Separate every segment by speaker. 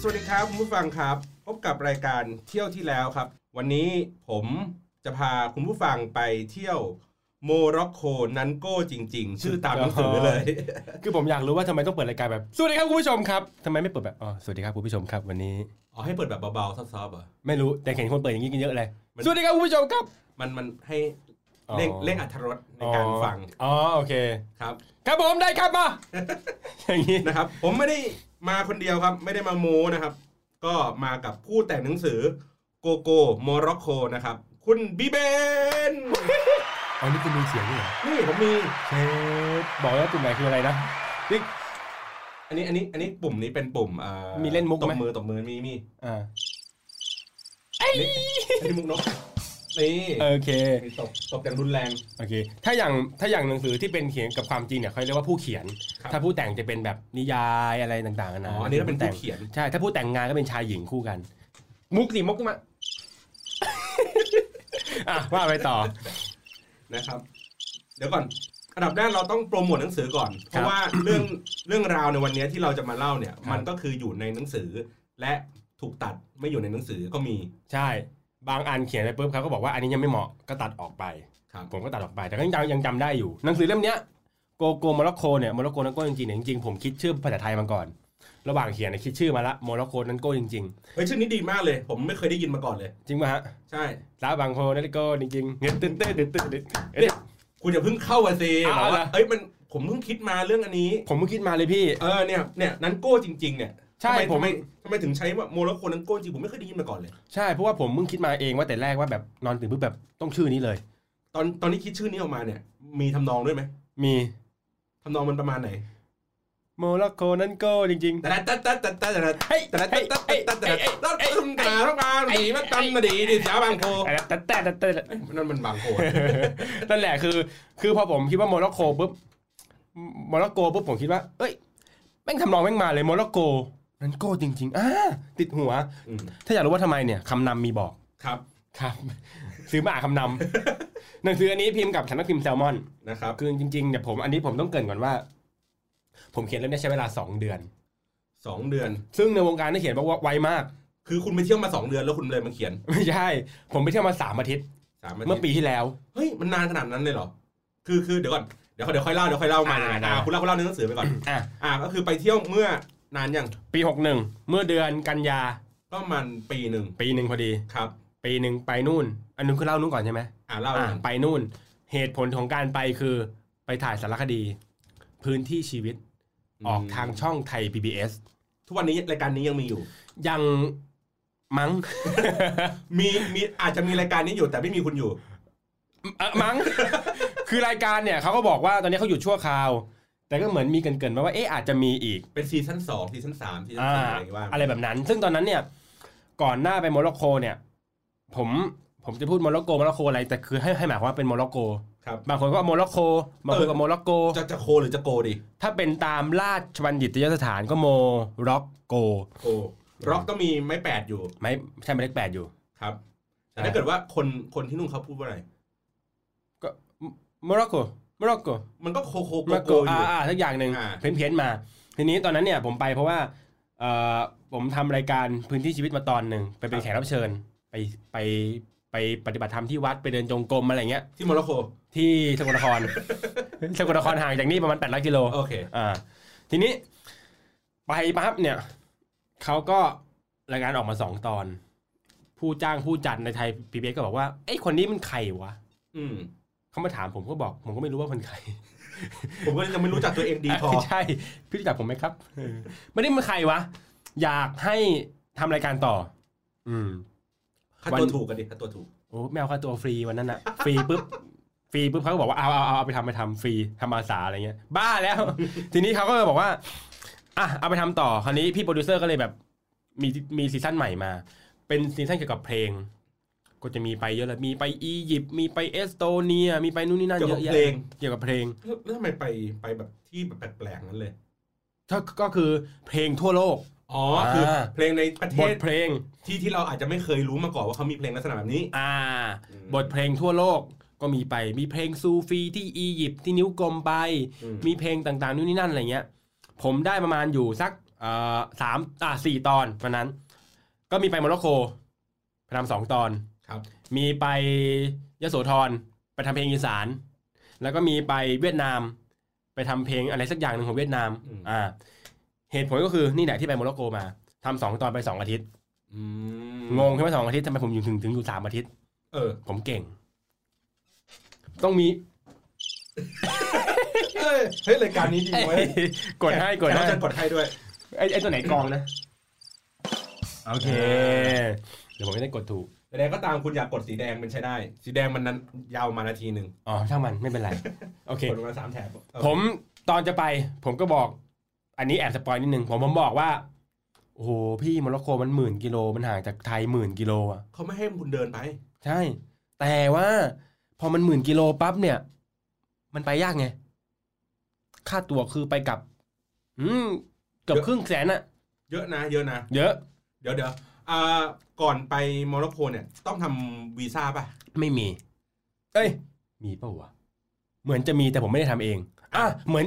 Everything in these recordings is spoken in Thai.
Speaker 1: สวัสดีครับคุณผู้ฟังครับ พบกับรายการเที่ยวที่แล้วครับ วันนี้ผมจะพาคุณผู้ฟังไปเที่ยวโมร็อกโกนันโก้จริง ๆ ชื่อตามหนังสือเลย
Speaker 2: คือผมอยากรู้ว่าทำไมต้องเปิดรายการแบบ สวัสดีครับคุณผู้ชมครับทำไมไม่เปิดแบบอ๋อสวัสดีครับคุณผู้ชมครับ วันนี้
Speaker 1: อ๋อให้เปิดแบบเบาๆซับๆเหรอ
Speaker 2: ไม่รู้แต่เห็นคนเปิดอย่างนี้กันเยอะเลย
Speaker 1: มัน
Speaker 2: สวัสดีครับคุณผู้ชมครับ
Speaker 1: มันมันให้
Speaker 2: อ๋อ
Speaker 1: เร่งเร่งอัธรสในการฟัง
Speaker 2: อ๋อโอเค
Speaker 1: ครับ
Speaker 2: ครับผมได้ครับมา อย่างนี้นะ
Speaker 1: นะครับ ผมไม่ได้มาคนเดียวครับ ไม่ได้มาโมนะครับ ก็มากับผู้แต่งหนังสือโกโก้โมร็อกโกนะครับคุณบีเบน
Speaker 2: อ๋อนี่คุณมีเสียงด้วยเหรอ
Speaker 1: นี่ผมมี
Speaker 2: เชฟบอกแล้วตุ่มไหนคืออะไรนะ
Speaker 1: อันนี้อันนี้อันนี้ปุ่มนี้เป็นปุ่มเอ่อ
Speaker 2: มีเล่นมุกไหม
Speaker 1: ตบมือตบมือมีมี
Speaker 2: อ่า
Speaker 1: นี่อันนี้มุกนกนี่
Speaker 2: โอเค
Speaker 1: มีตบตบอย่างรุนแรง
Speaker 2: โอเค ถ้าอย่างถ้าอย่างหนังสือที่เป็นเขียนกับความจริงเนี่ยเขาเรียกว่าผู้เขียน
Speaker 1: ครับ
Speaker 2: ถ้าผู้แต่งจะเป็นแบบนิยายอะไรต่างๆนะ
Speaker 1: อ๋ออันนี้ก็เป็นผู้เขียน
Speaker 2: ใช่ถ้าผู้แต่งงานก็เป็นชายหญิงคู่กัน มุกดิมุกมา อ่ะว่าไปต่อ
Speaker 1: นะครับ เดี๋ยวก่อน อันดับแรกเราต้องโปรโมทหนังสือก่อน เพ
Speaker 2: ครับ
Speaker 1: ราะว่า เรื่องเรื่องราวในวันนี้ที่เราจะมาเล่าเนี่ย
Speaker 2: ครับ
Speaker 1: มันก็คืออยู่ในหนังสือ และถูกตัดไม่อยู่ในหนังสือก็มี
Speaker 2: ใช่ บางอันเขียนไปปุ๊บเขาก็บอกว่าอันนี้ยังไม่เหมาะก็ตัดออกไป
Speaker 1: ครับ
Speaker 2: ผมก็ตัดออกไป แต่ก็ยังยังจำได้อยู่ หนังสือเล่มเนี้ยโกโกโมร็อกโกเนี่ยโมร็อกโกนันโกจริงๆเนี่ยจริงๆผมคิดชื่อภาษาไทยมาก่อน ระหว่างเขียนเนยคิดชื่อมาละโมร็อกโกนันโกจริง
Speaker 1: เฮ้ยชื่อนี้ดีมากเลย ผมไม่เคยได้ยินมาก่อนเลย
Speaker 2: ๆ จริงป่ะฮะ
Speaker 1: ใช่
Speaker 2: ลาบางโคนันโกจริงๆเงี้ยตึ๊ดตึ๊ดตึ๊ดตึ๊ดตึ๊ดเอ๊ะ
Speaker 1: คุณอย่าเพิ่งเข้ามาสิ
Speaker 2: อ้าว
Speaker 1: แบบว่า
Speaker 2: เหรอ
Speaker 1: เอ้ยมันผมเพิ่งคิดมาเรื่องอันนี้
Speaker 2: ผมเพิ่งคิดมาเลยพี่
Speaker 1: เออเนี่ยเนี่ยนันโก้จริง ๆ เนี่ย
Speaker 2: ใช่
Speaker 1: ทำ
Speaker 2: ผม
Speaker 1: ไทำไมทำไมถึงใช้ว่าโมร็อกโกนันโก้จริงผมไม่เคยได้ยินมาก่อนเลย
Speaker 2: ใช่เพราะว่าผมเพิ่งคิดมาเองว่าแต่แรกว่าแบบนอนตื่นปุ๊บแบบต้องชื่อนี้เลย
Speaker 1: ตอนตอนนี้คิดชื่อนี้ออกมาเนี่ย มีทำนองด้วยไหม
Speaker 2: มี
Speaker 1: ทำนองมันประมาณไหน
Speaker 2: โมร็อกโกนันโกจริง
Speaker 1: แต่ละแต่แต่แต่แต่ละ
Speaker 2: ๆเฮ้ย
Speaker 1: แต่ละแต่แต่แต่แต่แต่ต้องต้องการต้องการหนีมาตำมาดีดิสาบางโพ
Speaker 2: อะไรนะแต่แต่แต่แต่
Speaker 1: นั่นมันบางโพ
Speaker 2: นั่นแหละคือ คือพอผมคิดว่าโมร็อกโกปุ๊บโมร็อกโกปุ๊บผมคิดว่า เอ้ยแม่งทำนองแม่งมาเลยโมร็อกโกนั่นโกจริงๆอ่าติดหัว ถ้าอยากรู้ว่าทำไมเนี่ยคำนำมีบอก
Speaker 1: ครับ
Speaker 2: ครับ ซื้อมาอ่านคำนำหนังสืออันนี้พิมพ์กับสำนักพิมพ์แซลมอน
Speaker 1: นะครับ
Speaker 2: คือจริงๆเนี่ยผมอันนี้ผมต้องเกรินก่อนว่า ผมเขียนเล่มนี้ใช้เวลา 2 เดือน
Speaker 1: สองเดือน
Speaker 2: ซึ่งในวงการนี่เขียนว่าไว มาก
Speaker 1: คือคุณไปเที่ยวมาสองเดือนแล้วคุณเลยมาเขียน
Speaker 2: ไม่ใช่ ผมไปเที่ยวมาสามอาทิตย์
Speaker 1: สาม
Speaker 2: เมื่อปีที่แล้ว
Speaker 1: เฮ้ยมันนานขนาดนั้นเลยเหรอ คือคือเดี๋ยวก่อนเดี๋ยวเดี๋ยวค่อยเล่าเดี๋ยวค่อยเล่ามาอ่าคุณเล่าคุณเล่าในหนังสือไปก่อน
Speaker 2: อ่ะ
Speaker 1: อ่าก็คือไปเที่ยวเมื่อนานยัง
Speaker 2: ปี61เมื่อเดือนกันยา
Speaker 1: ก็มันปีหนึ่ง
Speaker 2: ปีหนึ่งพอดี
Speaker 1: ครับ
Speaker 2: ปีหนึ่งไปนู่น อันนู้นคือเล่านู่นก่อนใช่ไหม
Speaker 1: อ่าเล่า
Speaker 2: อ่าไปนู่น เหตุผลของการไปคือไปถ่ายสารคดี พื้นที่ชีวิตออกทางช่องไทย PBS
Speaker 1: ทุกวันนี้รายการนี้ยังมีอยู่
Speaker 2: ยังมั้ง
Speaker 1: มีมีอาจจะมีรายการนี้อยู่แต่ไม่มีคุณอยู่
Speaker 2: เอ่อมั้ง คือรายการเนี่ยเขาก็บอกว่าตอนนี้เขาหยุดชั่วคราว แต่ก็เหมือนมีเกรินๆมาว่าเอ๊ะอาจจะมีอีก
Speaker 1: เป็นซีซั่นสองซีซั่นสามซีซั่น
Speaker 2: อ่า
Speaker 1: สี่อะไรอย่างเงี้ยว่า
Speaker 2: อะไรแบบนั้น ซึ่งตอนนั้นเนี่ย ก่อนหน้าไปโมร็อกโกเนี่ย ผมผมจะพูดโมร็อกโกโมร็อกโกอะไรแต่คือให้ให้หมายความว่าเป็นโมร็อกโก
Speaker 1: ครับ
Speaker 2: บางคนก็โมร็อกโกบางคนก็โมร็อกโก
Speaker 1: จะจะโคหรือจะโกดี
Speaker 2: ถ้าเป็นตามราชบัณฑิตยสถานก็โมร็อกโก
Speaker 1: โกร็อกต้องมีไม้แปดอยู่
Speaker 2: ไม่ใช่หมายเลขแปดอยู่
Speaker 1: ครับ แต่
Speaker 2: ใช่
Speaker 1: ถ้าเกิดว่าคนคนที่นุ่งเขาพูดว่าอะไร
Speaker 2: ก็โมร็อกโกโมร็อกโก
Speaker 1: มันก็โคโคโก
Speaker 2: โมร็อก
Speaker 1: โก
Speaker 2: โก
Speaker 1: อยู่
Speaker 2: อ่าอ่าทักอย่างหนึ่ง
Speaker 1: อ่า
Speaker 2: เพี้ยนเพี้ยนๆมา ทีนี้ตอนนั้นเนี่ยผมไปเพราะว่าเอ่อผมทำรายการพื้นที่ชีวิตมาตอนหนึ่งไปเป็นแขกรับเชิญ ไปไปไปปฏิบัติธรรมที่วัดไปเดินจงกรมอะไรเงี้ย
Speaker 1: ที่โมร็อกโก
Speaker 2: ที่สกลน คร สกลนครห่างจากนี่ประมาณ800กิโล
Speaker 1: โอเค
Speaker 2: อ่าทีนี้ไปปั๊บเนี่ยเขาก็รายการออกมาสองตอน ผู้จ้างผู้จัดในไทยพีบีก็บอกว่าไอ้ยคนนี้มันใครวะ
Speaker 1: อืม
Speaker 2: เขามาถามผมก็บอก ผมก็ไม่รู้ว่ามันใคร
Speaker 1: ผมก็ยังไม่รู้จักตัวเองดีพอ
Speaker 2: ใช่พี่รู้จักผมไหมครับเออไม่ได้มันใครวะ อยากให้ทำรายการต่อ อืม
Speaker 1: ค่า
Speaker 2: วัน
Speaker 1: ตัวถูกกันดิค่าตัวถูก
Speaker 2: โอ้แมวค่าตัวฟรีวันนั้นอะฟรีปุ๊บ ฟรีปุ๊บเขาก็บอกว่าเอาเอาเอาเอาไปทำไปทำฟรีทำอาสาอะไรเงี้ย บ้าแล้ว ทีนี้เขาก็เลยบอกว่าอ่ะเอาไปทำต่อคราวนี้พี่โปรดิวเซอร์ก็เลยแบบมีมีซีซั่นใหม่มา เป็นซีซั่นเกี่ยวกับเพลง ก็จะมีไปเยอะเลยมีไปอียิปต์มีไปเอสโตเนีย มีไปนู่นนี่นั่นเยอะแยะ
Speaker 1: เกี่ยวกับเพลง
Speaker 2: เกี่ยวกับเพลง
Speaker 1: แล้วแล้วทำไมไปไปแบบที่แบบแปลกๆนั้นเลย
Speaker 2: ก็ก็คือเพลงทั่วโลก
Speaker 1: อ๋อ
Speaker 2: อ่า
Speaker 1: คือเพลงในประเท
Speaker 2: บท
Speaker 1: ศ
Speaker 2: เพลง
Speaker 1: ที่ที่เราอาจจะไม่เคยรู้มาก่อนว่าเขามีเพลงลักษณะแบบนี้
Speaker 2: อ่า
Speaker 1: อืม
Speaker 2: บทเพลงทั่วโลกก็มีไปมีเพลงซูฟีที่อียิปต์ที่นิ้วกลมไป
Speaker 1: อืม
Speaker 2: มีเพลงต่างๆนู่นนี่นั่นอะไรเงี้ย ผมได้ประมาณอยู่สักเอ่อสามอ่าสี่ตอนวันนั้น ก็มีไปโมร็อกโกไปทำสองตอน
Speaker 1: ครับ
Speaker 2: มีไปยโสธรไปทำเพลงอีสาน แล้วก็มีไปเวียดนาม ไปทำเพลงอะไรสักอย่างหนึ่งของเวียดนาม
Speaker 1: อืม
Speaker 2: อ่าเหตุผลก็คือนี่แหละที่ไปโมร็อกโกมาทำสองตอนไปสองอาทิตย์
Speaker 1: อืม
Speaker 2: งงใช่ไหมสองอาทิตย์ทำไมผมอยู่ถึงถึงอยู่สามอาทิตย์
Speaker 1: เออ
Speaker 2: ผมเก่ง ต้องมี
Speaker 1: เอ้ยเฮ้ยรายการนี้ดีเว้ย
Speaker 2: กดให้กด
Speaker 1: แข
Speaker 2: ให้
Speaker 1: เราจะกดให้ด้วย
Speaker 2: ไอ้ไอ้ตัวไหนกองนะ โอเค เดี๋ยวผมไม่ได้กดถูก
Speaker 1: แต่แดงก็ตามคุณอยากกดสีแดงมันใช้ได้ สีแดงมันนั้นยาวมานาทีหนึ่ง
Speaker 2: อ๋อ ช่างมันไม่เป็นไร โอ เค
Speaker 1: กดลงมาสามแถบเออ
Speaker 2: ผมตอนจะไป ผมก็บอก อันนี้แอบสปอยนิดนึง ผมผมบอกว่า โอ้โห พี่โมร็อกโกมันหมื่นกิโล มันห่างจากไทยหมื่นกิโลอ่ะ
Speaker 1: เขาไม่ให้คุณเดินไป
Speaker 2: ใช่ แต่ว่า พอมันหมื่นกิโลปั๊บเนี่ย มันไปยากไง ค่าตั๋วคือไปกลับ อืมเกือบครึ่งแสนอะ
Speaker 1: เยอะนะ เยอะนะ
Speaker 2: เยอะ
Speaker 1: เดี๋ยวเดี๋ยวอ่าก่อนไปโมร็อกโกเนี่ย ต้องทำวีซ่าป่ะ
Speaker 2: ไม่มี เอ้ย มีเปล่าวะ เหมือนจะมีแต่ผมไม่ได้ทำเองอ่ะเหมือน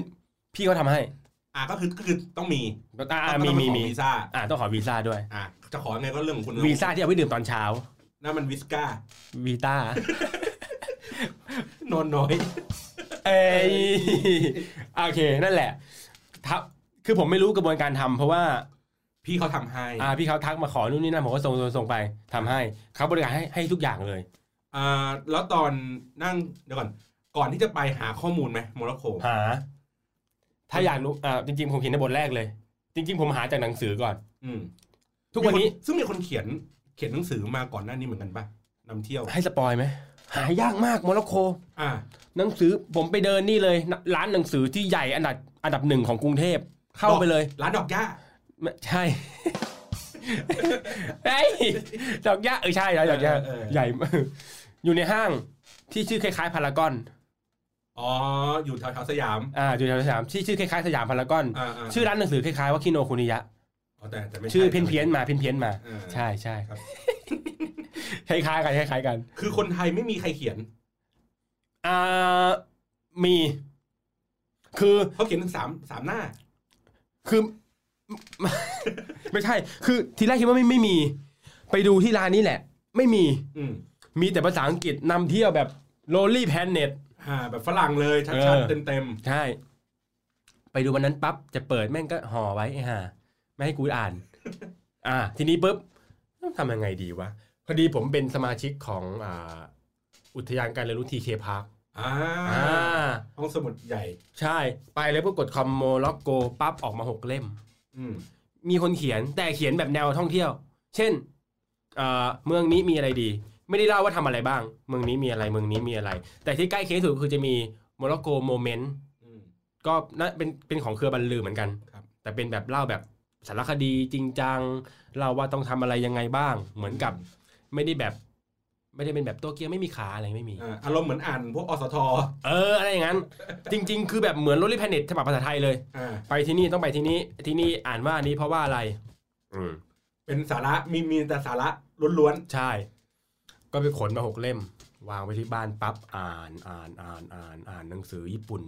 Speaker 2: พี่เขาทำให้
Speaker 1: อ่าก็คือก็คือต้องมี
Speaker 2: อ่า
Speaker 1: ต้อง
Speaker 2: มี
Speaker 1: ต้อง
Speaker 2: มี
Speaker 1: ขอ
Speaker 2: มี
Speaker 1: วีซ่า
Speaker 2: อ่าต้องขอวีซ่าด้วย
Speaker 1: อ่าจะขอไงก็เรื่องของคุณ
Speaker 2: วีซ่าที่เอาไว้ดื่มตอนเช้า
Speaker 1: นั่นมันวิสก้า
Speaker 2: วีต้า
Speaker 1: นอนน้อย
Speaker 2: เอ้ยโอเค นั่นแหละทับคือผมไม่รู้กระบวนการทำเพราะว่า
Speaker 1: พี่เขาทำให้
Speaker 2: อ่าพี่เขาทักมาขอนู่นนี่นั่นผมก็ส่งส่งส่งไปทำให้เขาบริการให้ให้ทุกอย่างเลย
Speaker 1: อ่าแล้วตอนนั่งเดี๋ยวก่อน ก่อนที่จะไปหาข้อมูลไหมโมร็อกโก
Speaker 2: หา ถ้าอยากรู้อ่าจริง ๆ ผมเขียนในบทแรกเลย จริง ๆ ผมหาจากหนังสือก่อน
Speaker 1: อืม
Speaker 2: ทุกวันนี้
Speaker 1: มีคซึ่งมีคนเขียนเขียนหนังสือมาก่อนหน้านี้เหมือนกันป่ะนำเที่ยว
Speaker 2: ให้สปอยไหมหายากมากโมร็อกโก
Speaker 1: อ่า
Speaker 2: หนังสือผมไปเดินนี่เลยนร้านหนังสือที่ใหญ่อันดับอันดับหนึ่งของกรุงเทพ เข้าไปเลย
Speaker 1: ร้านดอกหญ้า
Speaker 2: ไม่ใช่ ไอ้ยดอกย่าเออใช่ร้านดอกย่า
Speaker 1: เออเออ
Speaker 2: ใหญ่มากอยู่ในห้างที่ชื่อคล้ายๆพารากอน
Speaker 1: อ๋อ อยู่แถวๆสยาม
Speaker 2: อ่าอยู่แถวสยามที่ชื่อคล้ายๆสยามพารากอน
Speaker 1: อ่า
Speaker 2: ชื่อร้านหนังสือคล้ายๆว่าคิโนคุนิยะ
Speaker 1: อ๋อแต่แต่ไม่ใ
Speaker 2: ชื่อเพี้ยนเพี้ยนๆมาเพี้ยนเพี้ยนๆมา
Speaker 1: อ่า
Speaker 2: ใช่ใช่
Speaker 1: ครับ
Speaker 2: คล้ายๆกันคล้ายๆกัน
Speaker 1: คือคนไทยไม่มีใครเขียน
Speaker 2: อ่ามีคือ
Speaker 1: เขาเขียนถึงสามสามหน้า
Speaker 2: คือ ไม่ใช่ คือทีแรกคิดว่าไม่ไม่มี ไปดูที่ร้านนี้แหละ ไม่มี
Speaker 1: อืม
Speaker 2: มีแต่ภาษาอังกฤษนำเที่ยวแบบ Lonely Planet
Speaker 1: อ่า แบบฝรั่งเลย
Speaker 2: เอ
Speaker 1: ชัด
Speaker 2: อ
Speaker 1: ๆเต็ม
Speaker 2: ใช่ ไปดูวันนั้นปั๊บจะเปิดแม่งก็ห่อไว้ไอ้ห่าไม่ให้กูอ่าน อ่า ทีนี้ปุ๊บต้องทำยังไงดีวะ พอดีผมเป็นสมาชิกของอ่าอุทยานการเรียนรู้ทีเคพาร์ค
Speaker 1: ๆอ่า
Speaker 2: อ่า
Speaker 1: ห้องสมุดใหญ่
Speaker 2: ใช่ ไปเลยปุ๊บกดคอมโมล็อกโกปั๊บออกมาหกเล่ม
Speaker 1: อืม
Speaker 2: มีคนเขียนแต่เขียนแบบแนวท่องเที่ยว เช่นเอ่อเมืองนี้มีอะไรดี ไม่ได้เล่าว่าทำอะไรบ้าง เมืองนี้มีอะไร เมืองนี้มีอะไร แต่ที่ใกล้เคียงที่สุดคือจะมีโมร็อกโกโมเมนต์
Speaker 1: อืม
Speaker 2: ก็นะเป็นเป็นของเครือบันลือเหมือนกัน
Speaker 1: ครับ
Speaker 2: แต่เป็นแบบเล่าแบบสารคดีจริงจังเล่าว่าต้องทำอะไรยังไงบ้าง เหมือนกับไม่ได้แบบ ไม่ได้เป็นแบบโตเกียวไม่มีขาอะไรไม่มี
Speaker 1: อ่าอารมณ์เหมือนอ่านพวกอสท
Speaker 2: เอออะไรอย่างนั้น จริง ๆ คือแบบเหมือนโรลลี่แพเน็ตฉบับภาษาไทยเลย
Speaker 1: อ่า
Speaker 2: ไปที่นี่ต้องไปที่นี่ที่นี่อ่านว่าอันนี้เพราะว่าอะไร อืม
Speaker 1: เป็นสาระมีมีแต่สาระล้วน
Speaker 2: ใช่ ก็ไปขนมาหกเล่ม วางไว้ที่บ้านปั๊บอ่านอ่านอ่านอ่านอ่านหนังสือญี่ปุ่น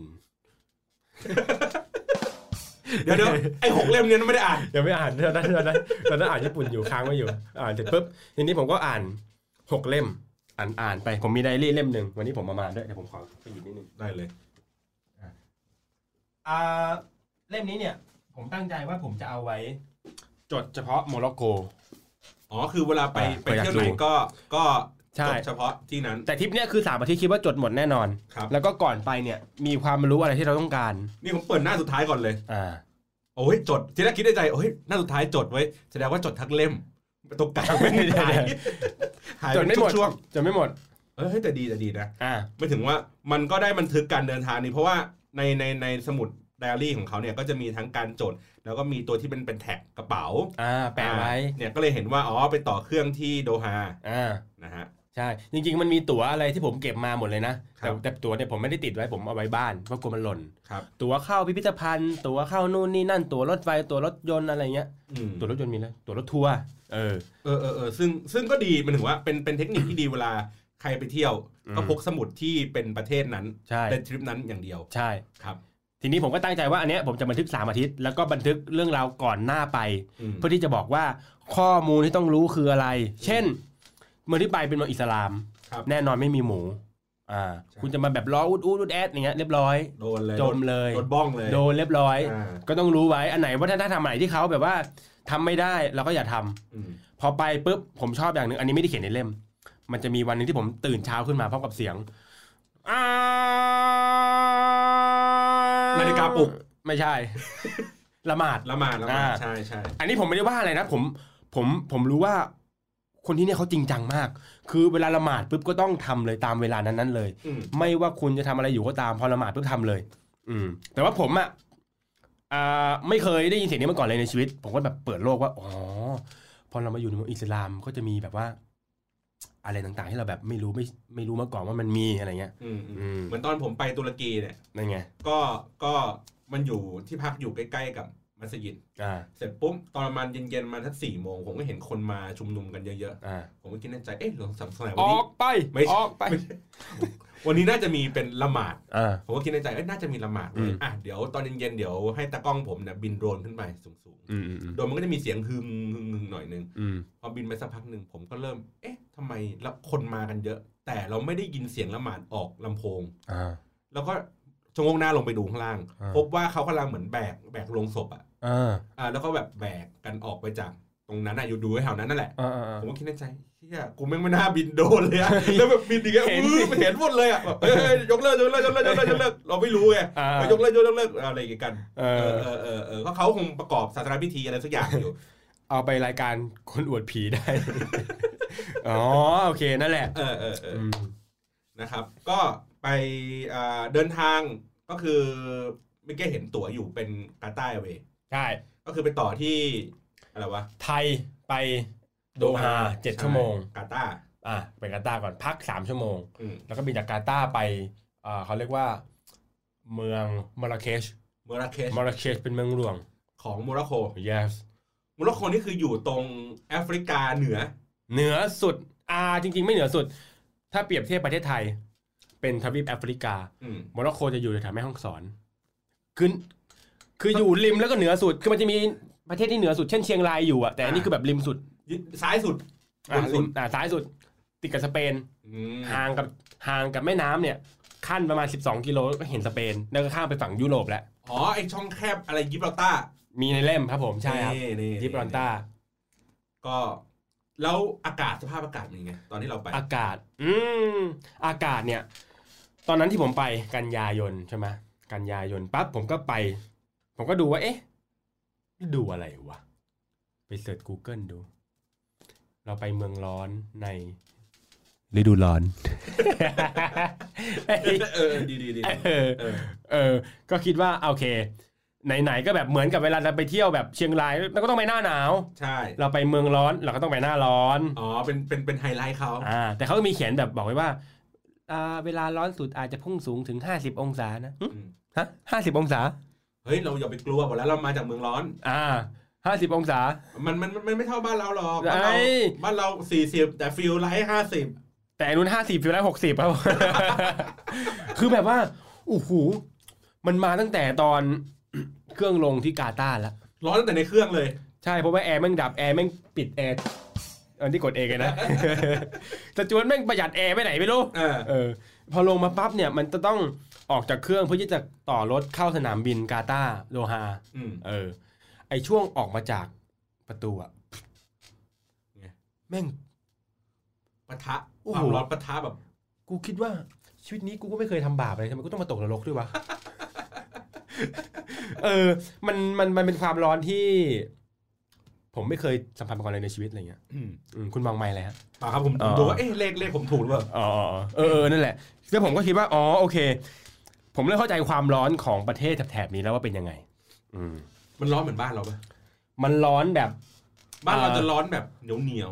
Speaker 1: ๆ เดี๋ยวเดี๋ยวไอ้หกเล่มเนี้ยไม่ได้อ่าน
Speaker 2: ยังไม่อ่าน เราได้เราได้เราได้อ่านญี่ปุ่นอยู่ค้างไว้อยู่ อ่านเสร็จปุ๊บทีนี้ผมก็อ่านหกเล่ม อ่านอ่านไปผมมีไดอารี่เล่มหนึ่งวันนี้ผมมามาด้วยเดี๋ยวผมขอไปหยิบนิดนึง
Speaker 1: ได้เลย
Speaker 2: อ่าเล่มนี้เนี่ย ผมตั้งใจว่าผมจะเอาไว้ จดเฉพาะโมร็อกโก
Speaker 1: อ๋อ คือเวลาไป
Speaker 2: อ่า
Speaker 1: ไปเที่ยวไหน
Speaker 2: อยากดู
Speaker 1: ก็ก็
Speaker 2: ใช่
Speaker 1: จบเฉพาะที่นั้น
Speaker 2: แต่ทริปเนี้ยคือสามอาทิตย์คิดว่าจดหมดแน่นอน
Speaker 1: ครับ
Speaker 2: แล้วก็ก่อนไปเนี่ยมีความรู้อะไรที่เราต้องการ
Speaker 1: นี่ผมเปิดหน้าสุดท้ายก่อนเลย
Speaker 2: อ่า
Speaker 1: โอ้ยจด ทีแรกคิดในใจ โอ้ยหน้าสุดท้ายจดไว้แสดงว่าจดทั้งเล่มตกกลางไม่ได้หายหาย
Speaker 2: จด
Speaker 1: เป็
Speaker 2: ไม่
Speaker 1: น
Speaker 2: หมด
Speaker 1: ช่วง
Speaker 2: จดไม่หมด
Speaker 1: ๆ เออเฮ้ยแต่ดีแต่ดีนะ
Speaker 2: อ่า
Speaker 1: ไม่ถึงว่ามันก็ได้บันทึกการเดินทางนี้เพราะว่าในในในสมุดไดอารี่ของเขาเนี่ยก็จะมีทั้งการจด แล้วก็มีตัวที่เป็นเป็นแท็กกระเป๋า
Speaker 2: อ่า แปะไว้
Speaker 1: อ่าเนี่ยก็เลยเห็นว่าอ๋อไปต่อเครื่องที่โดฮา
Speaker 2: อ่า
Speaker 1: นะฮะ
Speaker 2: ใช่ จริง ๆ มันมีตั๋วอะไรที่ผมเก็บมาหมดเลยนะ
Speaker 1: ครั
Speaker 2: แต่
Speaker 1: บ
Speaker 2: แต่ตั๋วเนี่ยผมไม่ได้ติดไว้ผมเอาไว้บ้านเพราะกลัวมันหล่น
Speaker 1: ครับ
Speaker 2: ตั๋วเข้าพิพิธภัณฑ์ ตั๋วเข้านู่นนี่นั่น ตั๋วรถไฟ ตั๋วรถยนต์อะไรเงี้ย
Speaker 1: อืม
Speaker 2: ตั๋วรถยนต์มีแล้ว ตั๋วรถทัวร์ เออ
Speaker 1: เออเออเออซึ่งซึ่งก็ดีมันถึงว่าเป็นเป็นเทคนิคที่ดีเวลาใครไปเที่ยว
Speaker 2: อืม
Speaker 1: ก็พกสมุดที่เป็นประเทศนั้น
Speaker 2: ใช่
Speaker 1: และทริปนั้นอย่างเดียว
Speaker 2: ใช่
Speaker 1: ครับ
Speaker 2: ทีนี้ผมก็ตั้งใจว่าอันเนี้ยผมจะบันทึกสามอาทิตย์ แล้วก็บันทึกเรื่องราวก่อนหน้าไป
Speaker 1: ม
Speaker 2: เพื่อที่จะบอกว่าข้อมูลที่ต้องรู้คืออะไร เช่น เมืองที่ไปเป็นเมืองอิสลาม
Speaker 1: ครับ
Speaker 2: แน่นอนไม่มีหมู อ่า
Speaker 1: ใช่
Speaker 2: คุณจะมาแบบล้ออุดอุดอุดแอดอย่างเงี้ยเรียบร้อย
Speaker 1: โดนเลย
Speaker 2: จมเลย
Speaker 1: โดนบ้องเลย
Speaker 2: โดนเรียบร้อย
Speaker 1: อ่า
Speaker 2: ก็ต้องรู้ไว้ อันไหนวัฒนธรรมไหนที่เขาแบบว่าทำไม่ได้เราก็อย่าทำ
Speaker 1: อืม
Speaker 2: พอไปปุ๊บผมชอบอย่างหนึ่งอันนี้ไม่ได้เขียนในเล่ม มันจะมีวันหนึงที่ผมตื่นเช้าขึ้นมาพร้อมกับเสียงอ้ว
Speaker 1: นาฬิกาปลุก
Speaker 2: ไม่ใช่ ละหมาด
Speaker 1: ละหมาดละหมาด
Speaker 2: อ่า
Speaker 1: ใช่ใช่
Speaker 2: อันนี้ผมไม่ได้ว่าอะไรนะผมผมผมรู้ว่า คนที่เนี่ยเขาจริงจังมาก คือเวลาละหมาดปุ๊บก็ต้องทำเลยตามเวลานั้นๆเลย
Speaker 1: อืม
Speaker 2: ไม่ว่าคุณจะทำอะไรอยู่ก็ตามพอละหมาดปุ๊บทำเลย อืม แต่ว่าผมอ่ะอ่าไม่เคยได้ยินเสียงนี้มาก่อนเลยในชีวิต ผมก็แบบเปิดโลกว่าอ๋อพอเรามาอยู่ในเมืองอิสลามก็จะมีแบบว่า อะไรต่างๆที่เราแบบไม่รู้ไม่ไม่รู้มาก่อนว่ามันมีอะไรเงี้ย
Speaker 1: อืมอืม
Speaker 2: อืม
Speaker 1: เหมือนตอนผมไปตุรกีเนี่ย
Speaker 2: นั่นไง
Speaker 1: ก็ก็มันอยู่ที่พักอยู่ใกล้ๆกับมัสยิด
Speaker 2: อ่า
Speaker 1: เสร็จปุ๊บตอนประมาณเย็นๆมาทักสี่โมงผมก็เห็นคนมาชุมนุมกันเยอะ
Speaker 2: อ่า
Speaker 1: ๆ ผมก็คิดในใจเอ๊ะหลวงสามสมัย
Speaker 2: อ
Speaker 1: วันนี้
Speaker 2: อกไป
Speaker 1: ไม่ใช่
Speaker 2: ออกไป
Speaker 1: วันนี้น่าจะมีเป็นละหมาด
Speaker 2: อ่า
Speaker 1: ผมก็คิดในใจเอ้ยน่าจะมีละหมาด
Speaker 2: อื
Speaker 1: เว้ย
Speaker 2: ม
Speaker 1: อ่ะเดี๋ยวตอนเย็นๆเดี๋ยวให้ตากล้องผมเนี่ยบินโดรนขึ้นไปสูง
Speaker 2: อืมอืมอืม
Speaker 1: ๆโดรนมันก็จะมีเสียงฮึมฮึมฮึมหน่อยนึง
Speaker 2: อืม
Speaker 1: พอบินไปสักพักหนึ่งผมก็เริ่ม เอ๊ะทำไมละคนมากันเยอะ แต่เราไม่ได้ยินเสียงละหมาดออกลำโพง
Speaker 2: อ่า
Speaker 1: แล้วก็ชะโงงหน้าลงไปดูข้างล่าง
Speaker 2: อ่า
Speaker 1: พบว่าเขากำลังเหมือนแบกแบกโลงศพอ่ะ
Speaker 2: อ่า
Speaker 1: อ่าแล้วก็แบบแบกกันออกไปจากตรงนั้นอ่ะอยู่ดูไว้แถวนั้นนั่นแหละ
Speaker 2: อ่าอ่า
Speaker 1: ผมก็คิดในใจเฮียกูแม่งไม่น่าบินโดนเลย อะแล้วแบบบินอีกอะ
Speaker 2: เห็น
Speaker 1: อื้อเห็นหมดเลยอะแบบเอ้ยเอ้ยยกเลิกยกเลิกยกเลิกยกเลิกยกเลิ กเราไม่รู้ไง
Speaker 2: อ่า
Speaker 1: เออยกเลิกยกเลิกยกเลิกอะไรอย่างเงี้ยกัน
Speaker 2: เอ
Speaker 1: เอ
Speaker 2: อ
Speaker 1: อเออเออเออเขาเขาคงประกอบศาสนาพิธีอะไรสักอย่างอยู่
Speaker 2: เอาไปรายการคนอวดผีได้ อ๋อโอเคนั่นแหละ
Speaker 1: เออเออเออ
Speaker 2: อืม
Speaker 1: นะครับ ก็ไปเอ่อเดินทางก็คือไม่แก้เห็นตั๋วอยู่เป็นกาต้าร์เวย์
Speaker 2: ใช่
Speaker 1: ก็คือไปต่อที่อะไรวะ
Speaker 2: ไทยไปโดฮาเจ็ด
Speaker 1: ใ
Speaker 2: ชั่วโมง
Speaker 1: กาตาร์
Speaker 2: อ่ะไปกาตาร์ก่อนพักสามชั่วโมง
Speaker 1: อืม
Speaker 2: แล้วก็บินจากกาตาร์ไปอ่าเขาเรียกว่า เมืองมาราเคช
Speaker 1: โมราเคช
Speaker 2: มาราเคชเป็นเมืองหลวง
Speaker 1: ของโมร็อกโก
Speaker 2: yes
Speaker 1: โมร็อกโกนี่คืออยู่ตรงแอฟริกาเหนือ
Speaker 2: เหนือสุดอ่าจริง ๆ ไม่เหนือสุด ถ้าเปรียบเทียบประเทศไทย เป็นทวีปแอฟริกา
Speaker 1: อืม
Speaker 2: โมร็อกโกจะอยู่แถวแม่ฮ่องสอนคือคืออยู่ริมแล้วก็เหนือสุดคือมันจะมีประเทศที่เหนือสุดเช่นเชียงรายอยู่อะแต่อันนี้คือแบบริมสุด
Speaker 1: ซ้ายสุด
Speaker 2: อ่าริมอ่าซ้ายสุด ติดกับสเปน
Speaker 1: อืม
Speaker 2: ห่างกับห่างกับแม่น้ำเนี่ยขั้นประมาณ 12 กิโลก็เห็นสเปน แล้วก็ข้ามไปฝั่งยุโรปแล้ว
Speaker 1: อ๋อไอช่องแคบอะไรยิบราลตาร์
Speaker 2: มีในเล่มครับผมใช่ครับ
Speaker 1: นี่นี่
Speaker 2: ยิบรอนตา
Speaker 1: ก็แล้วอากาศสภาพอากาศเป็นยังไงตอนที่เราไป
Speaker 2: อากาศ อืมอากาศเนี่ย ตอนนั้นที่ผมไปกันยายนใช่ไหมกันยายนปั๊บผมก็ไป ผมก็ดูว่า เอ๊ะดูอะไรวะ ไปเสิร์ช Google ดู เราไปเมืองร้อนในฤดู ร้อน
Speaker 1: เออเออดีดีดี
Speaker 2: เออ
Speaker 1: เออ
Speaker 2: เออ ก็คิดว่าโอเค ไหนๆก็แบบเหมือนกับเวลาเราไปเที่ยวแบบเชียงรายมันก็ต้องไปหน้าหนาว
Speaker 1: ใช่
Speaker 2: เราไปเมืองร้อนเราก็ต้องไปหน้าร้อน
Speaker 1: อ๋อ เป็น เป็น เป็นไฮไลท์เขา
Speaker 2: อ่าแต่เขาก็มีเขียนแบบบอกไว้ว่าอ่า เวลาร้อนสุดอาจจะพุ่งสูงถึง 50 องศานะหึ
Speaker 1: อืม
Speaker 2: ฮะห้าสิบองศา
Speaker 1: เฮ้ย เราอย่าไปกลัวบอกแล้วเรามาจากเมืองร้อน
Speaker 2: อ่าห้าสิบองศา
Speaker 1: มัน มัน มันไม่เท่าบ้านเราหรอกบ้าน
Speaker 2: ไอ้
Speaker 1: เราบ้านเราสี่สิบแต่ฟิลไลท์ห้าสิบ
Speaker 2: แต่อันนู้นห้าสิบฟิลแล้วหกสิบครับ คือแบบว่าโอ้โหมันมาตั้งแต่ตอน เครื่องลงที่กาตาร์แล้ว
Speaker 1: ร้อนตั้งแต่ในเครื่องเลย
Speaker 2: ใช่เพราะว่าแอร์แม่งดับแอร์แม่งปิดแอร์อันที่กดเองไงนะ แต่จวนแม่งประหยัดแอร์ไปไหนไม่รู้
Speaker 1: เออ
Speaker 2: เออ พอลงมาปั๊บเนี่ยมันจะต้องออกจากเครื่องเพื่อที่จะต่อรถเข้าสนามบินกาตาร์โดฮา
Speaker 1: อืม
Speaker 2: เออ ไอช่วงออกมาจากประตูอะ
Speaker 1: ไง
Speaker 2: แม่ง
Speaker 1: ปะทะ
Speaker 2: โอ้
Speaker 1: ค
Speaker 2: โห
Speaker 1: วามร้อนปะทะแบบ
Speaker 2: กูคิดว่า ชีวิตนี้กูก็ไม่เคยทำบาปอะไรทำไมกูต้องมาตกนรกด้วยวะ เออ มันมันมันเป็นความร้อนที่ ผ ผมไม่เคยสัมผัสมาก่อนเลยในชีวิตอะไรเงี้ย
Speaker 1: อืม
Speaker 2: อืมคุณวางไมค์เลยฮะ
Speaker 1: เปล่าครับผม
Speaker 2: อ๋อ
Speaker 1: ดูว่าเอ๊ะเลขเลขผมถูกหรือเปล่า
Speaker 2: อ๋ออ๋ออ๋อเออเออนั่นแหละแล้วผมก็คิดว่าอ๋อโอเค ผมเริ่มเข้าใจความร้อนของประเทศแถบๆนี้แล้วว่าเป็นยังไง อืม
Speaker 1: มันร้อนเหมือนบ้านเราปะ
Speaker 2: มันร้อนแบบ
Speaker 1: บ้านเรา
Speaker 2: เอ่อ
Speaker 1: จะร้อนแบบเหนียวเหนียว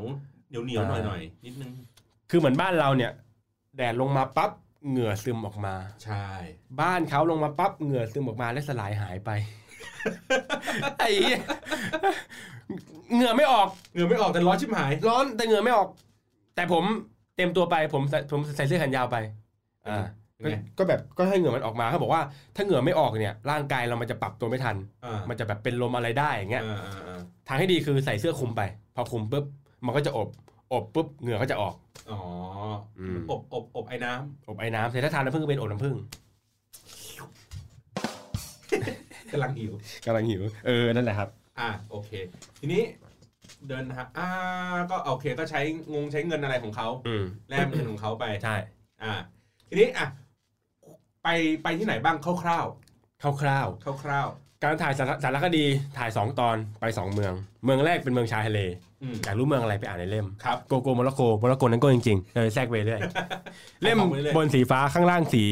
Speaker 1: เหนียวเหนียวหน่อยหน่อยๆนิดนึง
Speaker 2: คือเหมือนบ้านเราเนี่ย แดดลงมาปั๊บเหงื่อซึมออกมา
Speaker 1: ใช่
Speaker 2: บ้านเขาลงมาปั๊บเหงื่อซึมออกมาและสลายหายไป ไอ้เหี้ยเหงื่อไม่ออก
Speaker 1: เหงื่อไม่ออกแต่ร้อนชิบหาย
Speaker 2: ร้อนแต่เหงื่อไม่ออก แต่ผมเต็มตัวไปผมใส่ผมใส่เสื้อแขนยาวไป อ่า
Speaker 1: เป็นไง
Speaker 2: ก็ก็แบบก็ให้เหงื่อมันออกมาเขาบอกว่า ถ้าเหงื่อไม่ออกเนี่ย ร่างกายเรามันจะปรับตัวไม่ทัน
Speaker 1: อ่า
Speaker 2: มันจะแบบเป็นลมอะไรได้อย่างเงี้ย
Speaker 1: อ่าอ่าอ่า
Speaker 2: ทางให้ดีคือใส่เสื้อคลุมไป พอคลุมปุ๊บมันก็จะอบ อบปุ๊บเหงื่อก็จะออก
Speaker 1: อ๋ออ
Speaker 2: ม
Speaker 1: อบอบอบไอ้น้ำ
Speaker 2: อบไอ้น้ำใส่ถ้าทานน้ำผึ้งก็เป็นอบน้ำผึ้ง
Speaker 1: กำลังหิว
Speaker 2: กำลังหิวเออนั่นแหละครับ
Speaker 1: อ่ะโอเค ทีนี้เดินฮะอ่าก็โอเคก็ใช้งงใช้เงินอะไรของเขา
Speaker 2: อืม
Speaker 1: แลกเงินของเขาไป
Speaker 2: ใช่
Speaker 1: อ่า ทีนี้อ่ะไปไปที่ไหนบ้างคร่าว
Speaker 2: คร่าว
Speaker 1: ๆคร่าว
Speaker 2: ๆการถ่ายสารสารคดีถ่ายสองตอนไปสองเมือง เมืองแรกเป็นเมืองชายทะเล
Speaker 1: ๆอืม
Speaker 2: อยากรู้เมืองอะไรไปอ่านในเล่ม
Speaker 1: ครับ
Speaker 2: โกโก้โมร็อกโกโมร็อกโกนั้นโก้จริงๆเลยแทรกไป เรื่อย เล่ม
Speaker 1: เอาของไปเรื่อย
Speaker 2: บนสีฟ้าข้างล่างสี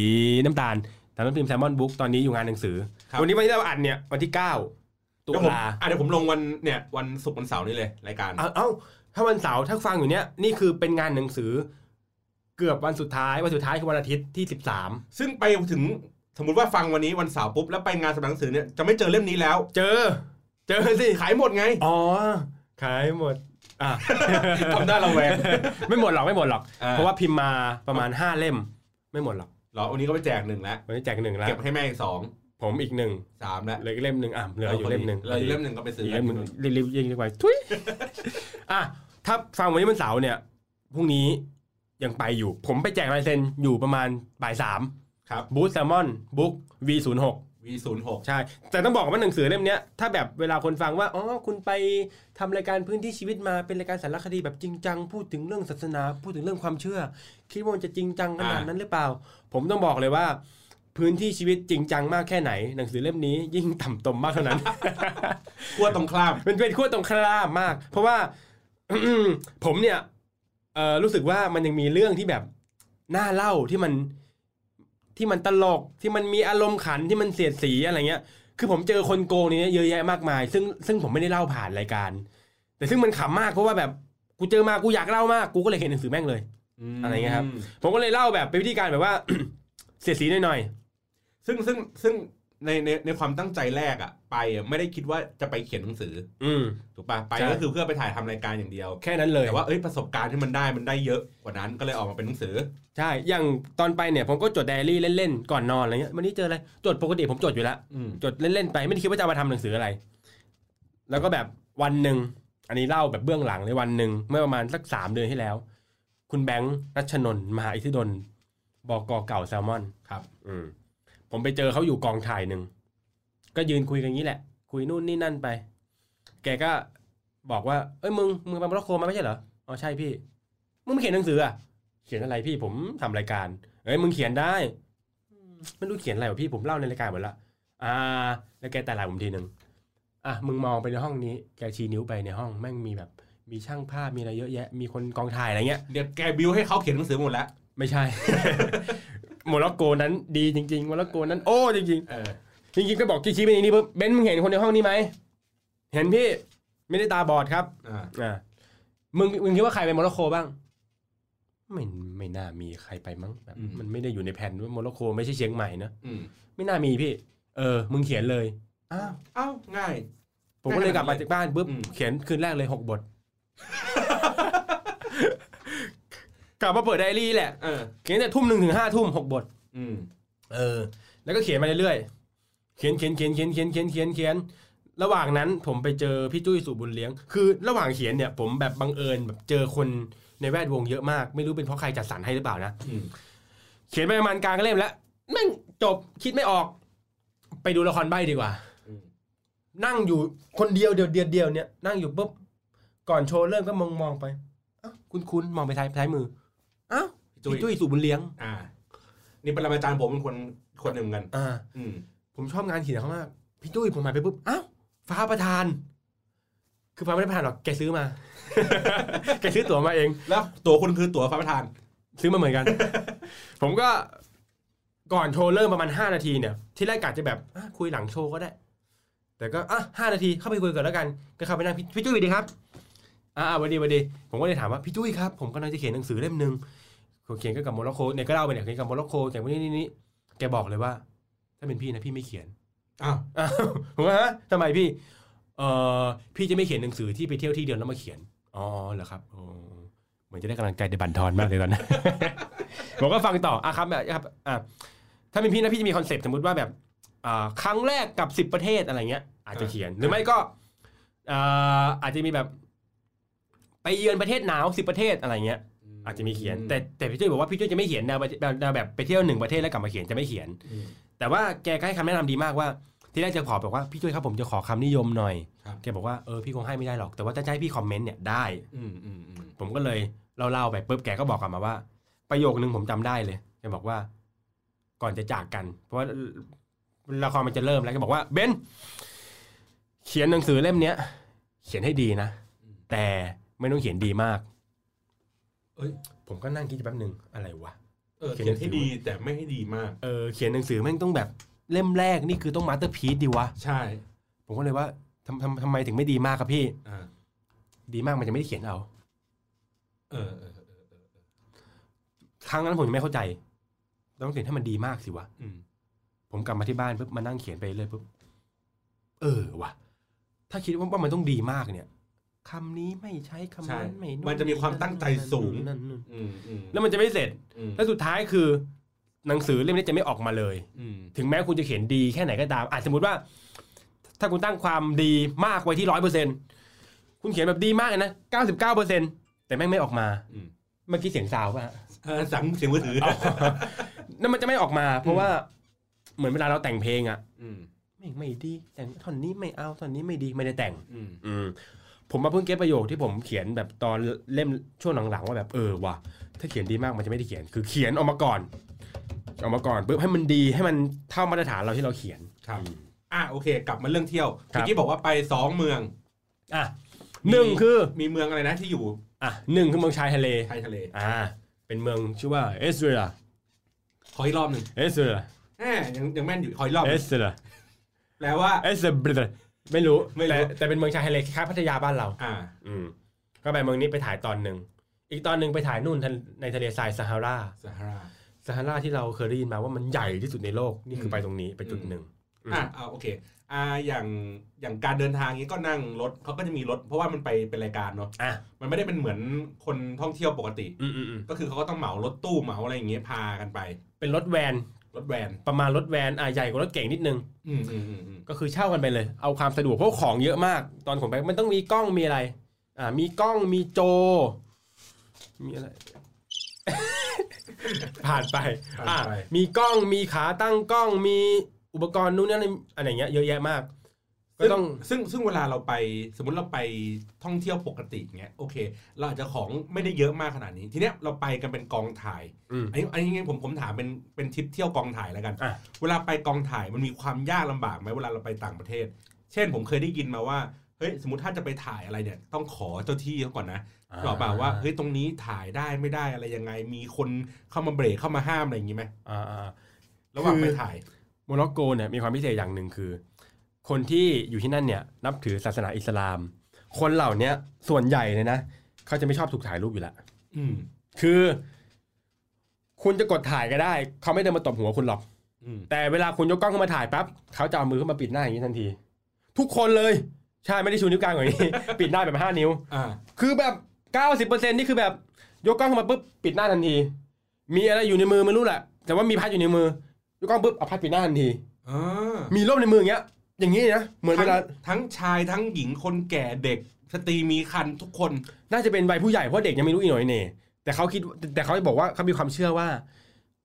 Speaker 2: น้ำตาลตามหนังสือแซมมอนบุ๊กตอนนี้อยู่งานหนังสือ
Speaker 1: ครับ
Speaker 2: วันนี้วันที่เราอัดเนี่ยวันที่ 9 ตุ
Speaker 1: เดี๋ยวผม
Speaker 2: ลา
Speaker 1: อ่ะเดี๋ยวผมลงวันเนี่ยวันศุกร์วันเสาร์นี่เลยรายการ
Speaker 2: เอาเอ้าถ้าวันเสาร์ถ้าฟังอยู่เนี่ยนี่คือเป็นงานหนังสือ เกือบวันสุดท้ายวันสุดท้ายคือวันอาทิตย์ที่ 13
Speaker 1: ซึ่งไปถึงสมมติว่าฟังวันนี้วันเสาร์ปุ๊บแล้วไปงานสำนักหนังสือเนี่ยจะไม่เจอเล่มนี้แล้ว
Speaker 2: เจอ เจอสิ
Speaker 1: ขายหมดไง
Speaker 2: อ๋อ ขายหมด อ่ะ
Speaker 1: ทำได้ระแวง
Speaker 2: ไม่หมดหรอกไม่หม ดหรอก
Speaker 1: อ่า
Speaker 2: เพราะว่าพิมพ์มาประมาณ 5 เล่ม ไม่หมดหรอก
Speaker 1: เหรอวันนี้ก็ไปแจกหนึ่งแล้ว
Speaker 2: วันนี้แจกหนึ่งแล้ว
Speaker 1: เก็บให้แม่อีกสอง
Speaker 2: ผมอีกหนึ่ง
Speaker 1: สามแล้ว
Speaker 2: เหลืออีกเล่มหนึ่งอ่ะเหลืออยู่เล่มหนึ่ง
Speaker 1: เหลืออยู่เล่มหนึ่งก็ไปซื้อ
Speaker 2: อีก
Speaker 1: กั
Speaker 2: เล่
Speaker 1: น
Speaker 2: มหนึ่งรีบๆยิงดีกว่าทุย อ่ะถ้าฟังวันนี้มันเสาร์เนี่ยพรุ่งนี้ยังไปอยู่ ผมไปแจกลายเซ็นอยู่ประมาณบ่ายสาม
Speaker 1: ครับ
Speaker 2: บูธแซลมอนบุ๊ก V06
Speaker 1: V06
Speaker 2: ใช่ แต่ต้องบอกว่าหนังสือเล่มเนี้ยถ้าแบบเวลาคนฟังว่าอ๋อคุณไปทำรายการพื้นที่ชีวิตมาเป็นรายการสารคดีแบบจริงจังพูดถึงเรื่องศาสนา พูดถึงเรื่องความเชื่อ คิดว่ามันจะจริงจังขนาดนั้นหรือเปล่า ผมต้องบอกเลยว่า พื้นที่ชีวิตจริงจังมากแค่ไหน หนังสือเล่มนี้ยิ่งต่ำตมมากเท่านั้น
Speaker 1: ขั้วตรงข้าม
Speaker 2: มันเป็นขั้วตรงข้ามมาก เพราะว่า ผมเนี่ยเอ่อรู้สึกว่ามันยังมีเรื่องที่แบบน่าเล่าที่มันที่มันตลกที่มันมีอารมณ์ขันที่มันเสียดสีอะไรเงี้ย คือผมเจอคนโกงเนี่ยเยอะแยะมากมาย ซึ่งซึ่งผมไม่ได้เล่าผ่านรายการ แต่ซึ่งมันขำมากเพราะว่าแบบกูเจอมากูอยากเล่ามากกูก็เลยเขียนหนังสือแม่งเลย
Speaker 1: ม
Speaker 2: อะไรเงี้ยครับ ผมก็เลยเล่าแบบเป็นวิธีการแบบว่า เสียดสีหน่อย
Speaker 1: ซึ่งซึ่งซึ่งในในในความตั้งใจแรกอะไปอะไม่ได้คิดว่าจะไปเขียนหนังสือ
Speaker 2: ๆอืม
Speaker 1: ถูกปะไป
Speaker 2: ใช่
Speaker 1: ก็คือเพื่อไปถ่ายทำรายการอย่างเดียว
Speaker 2: แค่นั้นเลย
Speaker 1: แต่ว่าเอ้ยประสบการณ์ที่มันได้มันได้เยอะกว่านั้นก็เลยออกมาเป็นหนังสือ
Speaker 2: ใช่ อย่างตอนไปเนี่ยผมก็จดไดอารี่เล่นๆ ก่อนนอนอะไรเงี้ย วันนี้เจออะไร จดปกติผมจดอยู่แล้ว
Speaker 1: อืม
Speaker 2: จดเล่นๆไปไม่ได้คิดว่าจะเอามาทำหนังสืออะไร แล้วก็แบบวันหนึ่ง อันนี้เล่าแบบเบื้องหลังเลยวันหนึ่งเมื่อประมาณสักสามเดือนที่แล้ว คุณแบงค์รัชนนท์มหาอิทธิดลบอกกเก่าแซลมอน
Speaker 1: ครับ
Speaker 2: อืมผมไปเจอเขาอยู่กองถ่ายหนึ่ง ก็ยืนคุยกันอย่างนี้แหละ คุยนู่นนี่นั่นไป แกก็บอกว่า เอ้ยมึงมึงไปโมร็อกโกมาไม่ใช่เหรอ อ๋อใช่พี่ มึงไม่เขียนหนังสืออะเขียนอะไรพี่ผมทำรายการ เอ้ยมึงเขียนได้อืมไม่รู้เขียนอะไรวะพี่ผมเล่าในรายการหมดละ อ่า แล้วแกแต่ลายผมทีหนึ่งอ่ะมึงมองไปในห้องนี้ แกชี้นิ้วไปในห้องแม่งมีแบบ มีช่างภาพมีอะไรเยอะแยะ มีคนกองถ่ายอะไรเงี้ย
Speaker 1: เดี๋ยวแกบิวให้เขาเขียนหนังสือหมดแล้ว
Speaker 2: ไม่ใช่ โมร็อกโกนั้นดีจริงๆโมร็อกโกนั้นโอ้จริง
Speaker 1: เออ
Speaker 2: ๆจริงๆก็บอกชี้ๆไปในนี้ปุ๊บเบนซ์มึงเห็นคนในห้องนี้ไหมเห็นพี่ไม่ได้ตาบอดครับ
Speaker 1: อ่า
Speaker 2: อ่ามึงมึงคิดว่าใครไปโมร็อกโกบ้างไม่ไม่น่ามีใครไปมั้งแบบมันไม่ได้อยู่ในแผนว่าโมร็อกโกไม่ใช่เชียงใหม่นะ
Speaker 1: อืม
Speaker 2: ไม่น่ามีพี่ เออ มึงเขียนเลยอ้าว
Speaker 1: เอ้าง่าย
Speaker 2: ผมก็เลยกลับมาจากบ้านปุ๊บ
Speaker 1: อืม
Speaker 2: เขียนคืนแรกเลยหกบท กลับมาเปิดไดอารี่แหละ
Speaker 1: เออ
Speaker 2: เขียนแต่ทุ่มหนึ่งถึงห้าทุ่มหกบท
Speaker 1: อืม
Speaker 2: เออ แล้วก็เขียนมาเรื่อยๆ เขียนเขียนเขียนเขียนเขียนเขียนเขียนเขียน ระหว่างนั้นผมไปเจอพี่จุ้ยสุบุญเลี้ยง คือระหว่างเขียนเนี่ย ผมแบบบังเอิญแบบเจอคนในแวดวงเยอะมาก ไม่รู้เป็นเพราะใครจัดสรรให้หรือเปล่านะ
Speaker 1: อืม
Speaker 2: เขียนไปประมาณกลางเล่มแล้วแม่งจบคิดไม่ออก ไปดูละครใบ้ดีกว่า
Speaker 1: อืม
Speaker 2: นั่งอยู่คนเดียวเดียวเดียวเดียวเนี่ยนั่งอยู่ปุ๊บก่อนโชว์เริ่มก็มองมองไปอ้าวคุณคุณมองไปท้ายท้ายมืออ้าว
Speaker 1: พี่
Speaker 2: พี่
Speaker 1: จุ้
Speaker 2: จุ้
Speaker 1: ย
Speaker 2: ยสุบุญเลี้ยง
Speaker 1: อ่า นี่ปรมาจารย์ผมเป็นคนคนหนึ่งเหมือนกัน
Speaker 2: อ่า
Speaker 1: อืม
Speaker 2: ผมชอบงานเขียนเขามาก พี่ตุ้ยผมหายไปปุ๊บ อ้าว ฟ้าประธาน คือฟ้าไม่ได้ผ่านหรอกแกซื้อมา แกซื้อตั๋วมาเอง
Speaker 1: แล้วตั๋วคุณคือตั๋วพระประธาน
Speaker 2: ซื้อมาเหมือนกัน ผมก็ก่อนโชว์เริ่มประมาณ 5 นาทีเนี่ย ที่แรกกะจะแบบอ่ะคุยหลังโชว์ก็ได้ แต่ก็อ่ะห้านาทีเข้าไปคุยก่อนแล้วกัน ก็เข้าไปนั่งพี่พี่จุ้ยสวัสดีครับ อ่าสวัสดีสวัสดี ผมก็เลยถามว่าพี่จุ้ยครับ ผมกำลังจะเขียนหนังสือเล่มหนึ่งผมเขียนเกยวกับโมร็อกโกเนี่ยก็เล่าไปเนี่ยเขียนกับโมร็อกโกเขียนว่านี่นี่นี่แกบอกเลยว่า ถ้าเป็นพี่นะพี่ไม่เขียน
Speaker 1: อ้าว
Speaker 2: อ้าวผมว่าฮะทำไมพี่เอ่อพี่จะไม่เขียนหนังสือที่ไปเที่ยวที่เดียวแล้วมาเขียน อ๋อเหรอครับอ๋อเหมือนจะได้กำลังใจในบันทอนมากเลยตอน นั้น ผมก็ฟังต่ออ่ะครับแบบครับอ่ะถ้าเป็นพี่นะพี่จะมีคอนเซปต์สมมติว่าแบบอ่าครั้งแรกกับสิบประเทศอะไรเงี้ย อาจจะเขียนหรือไม่ก็อ่าอาจจะมีแบบ ไปเยือนประเทศหนาวสิบประเทศอะไรเงี้ย อาจจะมีเขียน แต่แต่พี่จุ้ยบอกว่าพี่จุ้ยจะไม่เขียนแนวประแบบแนวแบบไปเที่ยวหนึ่งประเทศแล้วกลับมาเขียนจะไม่เขียน
Speaker 1: อืม
Speaker 2: แต่ว่าแกก็ให้คำแนะนำดีมากว่า ที่แรกจะขอแบบว่าพี่ช่วยครับผมจะขอคำนิยมหน่อย
Speaker 1: ครับ
Speaker 2: แกบอกว่าเออพี่คงให้ไม่ได้หรอกแต่ว่าถ้าจะให้พี่คอมเมนต์เนี่ยได้
Speaker 1: อืมอืมอืม
Speaker 2: ผมก็เลยเล่าๆไปปุ๊บแกก็บอกกลับมาว่า ประโยคนึงผมจำได้เลยแกบอกว่า ก่อนจะจากกัน เพราะว่าละครมันจะเริ่มแล้วแกบอกว่าเบนเขียนหนังสือเล่มเนี้ย เขียนให้ดีนะแต่ไม่ต้องเขียนดีมาก
Speaker 1: เอ้ย
Speaker 2: ผมก็นั่งคิดอยู่แป๊บนึงอะไรวะ
Speaker 1: เออเขียนให้ดีแต่ไม่ให้ดีมาก
Speaker 2: เออเขียนหนังสือแม่งต้องแบบเล่มแรกนี่คือต้องมาสเตอร์พีซดีวะ
Speaker 1: ใช่
Speaker 2: ผมก็เลยว่าทำทำทำไมถึงไม่ดีมากครับพี่
Speaker 1: อ่า
Speaker 2: ดีมากมันจะไม่ได้เขียนเอา
Speaker 1: เออเออเออเออ
Speaker 2: ครั้งนั้นผมยังไม่เข้าใจ ต้องเขียนให้มันดีมากสิวะ
Speaker 1: อืม
Speaker 2: ผมกลับมาที่บ้านปุ๊บมานั่งเขียนไปเรื่อยปุ๊บ เออวะถ้าคิดว่าว่ามันต้องดีมากเนี่ยคำนี้ไม่ใช้คำนั้นไม่โ
Speaker 1: มันจะมีความตั้งใจสูง
Speaker 2: นั่นนู่น
Speaker 1: อืมอืม
Speaker 2: แล้วมันจะไม่เสร็จ
Speaker 1: อืม
Speaker 2: แล้วสุดท้ายคือ หนังสือเล่มนี้จะไม่ออกมาเลย
Speaker 1: อืม
Speaker 2: ถึงแม้คุณจะเขียนดีแค่ไหนก็ตาม อาจสมมติว่า ถ้าคุณตั้งความดีมากไว้ที่ร้อยเปอร์เซ็นคุณเขียนแบบดีมากเลยนะเก้าสิบเก้าเปอร์เซ็นแต่แม่งไม่ออกมา
Speaker 1: อืม
Speaker 2: เมื่อกี้เสียงซาวป่ะฮะ
Speaker 1: เออสั่งเสียงมือถือ
Speaker 2: นั่นมันจะไม่ออกมา เพราะว่าเหมือนเวลาเราแต่งเพลงอะ
Speaker 1: อืม
Speaker 2: ไม่งไม่ดี แต่งท่อนนี้ไม่เอาท่อนนี้ไม่ดีไม่ได้แต่ง
Speaker 1: อืม
Speaker 2: อืมผมมาเพิ่งเก็ตประโยคที่ผมเขียนแบบตอนเล่มช่วงหลังๆว่าแบบเออว่ะถ้าเขียนดีมากมันจะไม่ได้เขียน คือเขียนออกมาก่อนออกมาก่อนปุ๊บให้มันดีให้มันเท่ามาตรฐานเราที่เราเขียน
Speaker 1: ครับอ่ะโอเค กลับมาเรื่องเที่ยว
Speaker 2: ครับ
Speaker 1: เมื่อกี้บอกว่าไปสองเมือง
Speaker 2: อ่ะหนึ่งคือ
Speaker 1: มีเมืองอะไรนะที่อยู่
Speaker 2: อ่ะหนึ่งคือเมืองชายทะเล
Speaker 1: ชายทะเล
Speaker 2: อ่า เป็นเมืองชื่อว่าเอสเรลา
Speaker 1: ขออีกรอบหนึ่ง
Speaker 2: เอสเรลา
Speaker 1: แหมยังยังแม่นอยู่ขออีกรอบห
Speaker 2: เอ
Speaker 1: นึ่ง
Speaker 2: สเรลา
Speaker 1: แปลว่า
Speaker 2: เอสเรลาไม่รู้
Speaker 1: ไม่รู้
Speaker 2: แต่แต่เป็นเมืองชายทะเลคล้ายๆพัทยาบ้านเรา
Speaker 1: อ่า
Speaker 2: อืมก็ไปเมืองนี้ไปถ่ายตอนหนึ่ง อีกตอนหนึ่งไปถ่ายนู่นทะในทะเลทรายซาฮารา
Speaker 1: ซาฮารา
Speaker 2: ซาฮาราที่เราเคยได้ยินมาว่ามันใหญ่ที่สุดในโลก นี่คือ
Speaker 1: ม
Speaker 2: ไปตรงนี้ไปจุด
Speaker 1: อืม
Speaker 2: หนึ่งอืม
Speaker 1: อ่ะเอาโอเค อ่า อย่างอย่างการเดินทางนี้ก็นั่งรถเขาก็จะมีรถ เพราะว่ามันไปเป็นรายการเนาะ
Speaker 2: อ่ะ
Speaker 1: มันไม่ได้เป็นเหมือนคนท่องเที่ยวปกติ
Speaker 2: อืมอืมอืม
Speaker 1: ก็คือเขาก็ต้องเหมารถตู้เหมาอะไรอย่างเงี้ยพากันไป
Speaker 2: เป็นรถแวน
Speaker 1: รถแวน
Speaker 2: ประมาณรถแวนอ่ะใหญ่กว่ารถเก่งนิดนึง
Speaker 1: อืมอืมอืมอืม
Speaker 2: ก็คือเช่ากันไปเลย เอาความสะดวกเพราะของเยอะมาก ตอนผมไปมันต้องมีกล้องมีอะไร อ่า มีกล้องมีโจ มีอะไร ผ่านไป อ่ามีกล้องมีขาตั้งกล้องมีอุปกรณ์นู่นนั่นอะไรอย่างเงี้ยเยอะแยะมาก ก็
Speaker 1: ซึ่ง
Speaker 2: ต้อง
Speaker 1: ซึ่งซึ่งเวลาเราไปสมมติเราไปท่องเที่ยวปกติเงี้ยโอเค เราอาจจะของไม่ได้เยอะมากขนาดนี้ ทีเนี้ยเราไปกันเป็นกองถ่าย
Speaker 2: อืม
Speaker 1: อันนี้อันนี้ผมผมถามเป็นเป็นทริปเที่ยวกองถ่ายแล้วกัน
Speaker 2: อ่ะ
Speaker 1: เวลาไปกองถ่ายมันมีความยากลำบากไหมเวลาเราไปต่างประเทศ เช่นผมเคยได้ยินมาว่าเฮ้ยสมมติถ้าจะไปถ่ายอะไรเนี่ย ต้องขอเจ้าที่เขาก่อนนะบอกเปล่าว่าเฮ้ยตรงนี้ถ่ายได้ไม่ได้อะไรยังไง มีคนเข้ามาเบรกเข้ามาห้ามอะไรอย่างงี้ไหม
Speaker 2: อ่าอ่า
Speaker 1: ระหว่างไปถ่าย
Speaker 2: โมร็อกโกเนี่ยมีความพิเศษอย่างหนึ่งคือ คนที่อยู่ที่นั่นเนี่ยนับถือศาสนาอิสลาม คนเหล่าเนี้ยส่วนใหญ่เลยนะเขาจะไม่ชอบถูกถ่ายรูปอยู่ละ
Speaker 1: อืม
Speaker 2: คือ คุณจะกดถ่ายก็ได้ เขาไม่เดินมาตบหัวคุณหรอก
Speaker 1: อืม
Speaker 2: แต่เวลาคุณยกกล้องขึ้นมาถ่ายปั๊บเขาจะเอามือขึ้นมาปิดหน้าอย่างนี้ทันที ทุกคนเลยใช่ไม่ได้ชูนิ้วกลางอย่างนี้ ปิดหน้าแบบห้านิ้ว
Speaker 1: อ่า
Speaker 2: คือแบบเก้าสิบเปอร์เซ็นนี่คือแบบยกกล้องขึ้นมาปุ๊บปิดหน้าทันที มีอะไรอยู่ในมือไม่รู้แหละ แต่ว่ามีพัดอยู่ในมือยกกล้องปุ๊บเอาพัดปิดหน้าทันที
Speaker 1: อ่า
Speaker 2: มีร่มในมืออย่างเงี้ย อย่างงี้นะ เหมือนเวลา
Speaker 1: ทั้งทั้งชายทั้งหญิงคนแก่เด็กสตรีมีคันทุกคน
Speaker 2: น่าจะเป็นวัยผู้ใหญ่เพราะเด็กยังไม่รู้อีหน่อยเน่แต่เขาคิด แต่เขาบอกว่าเขามีความเชื่อว่า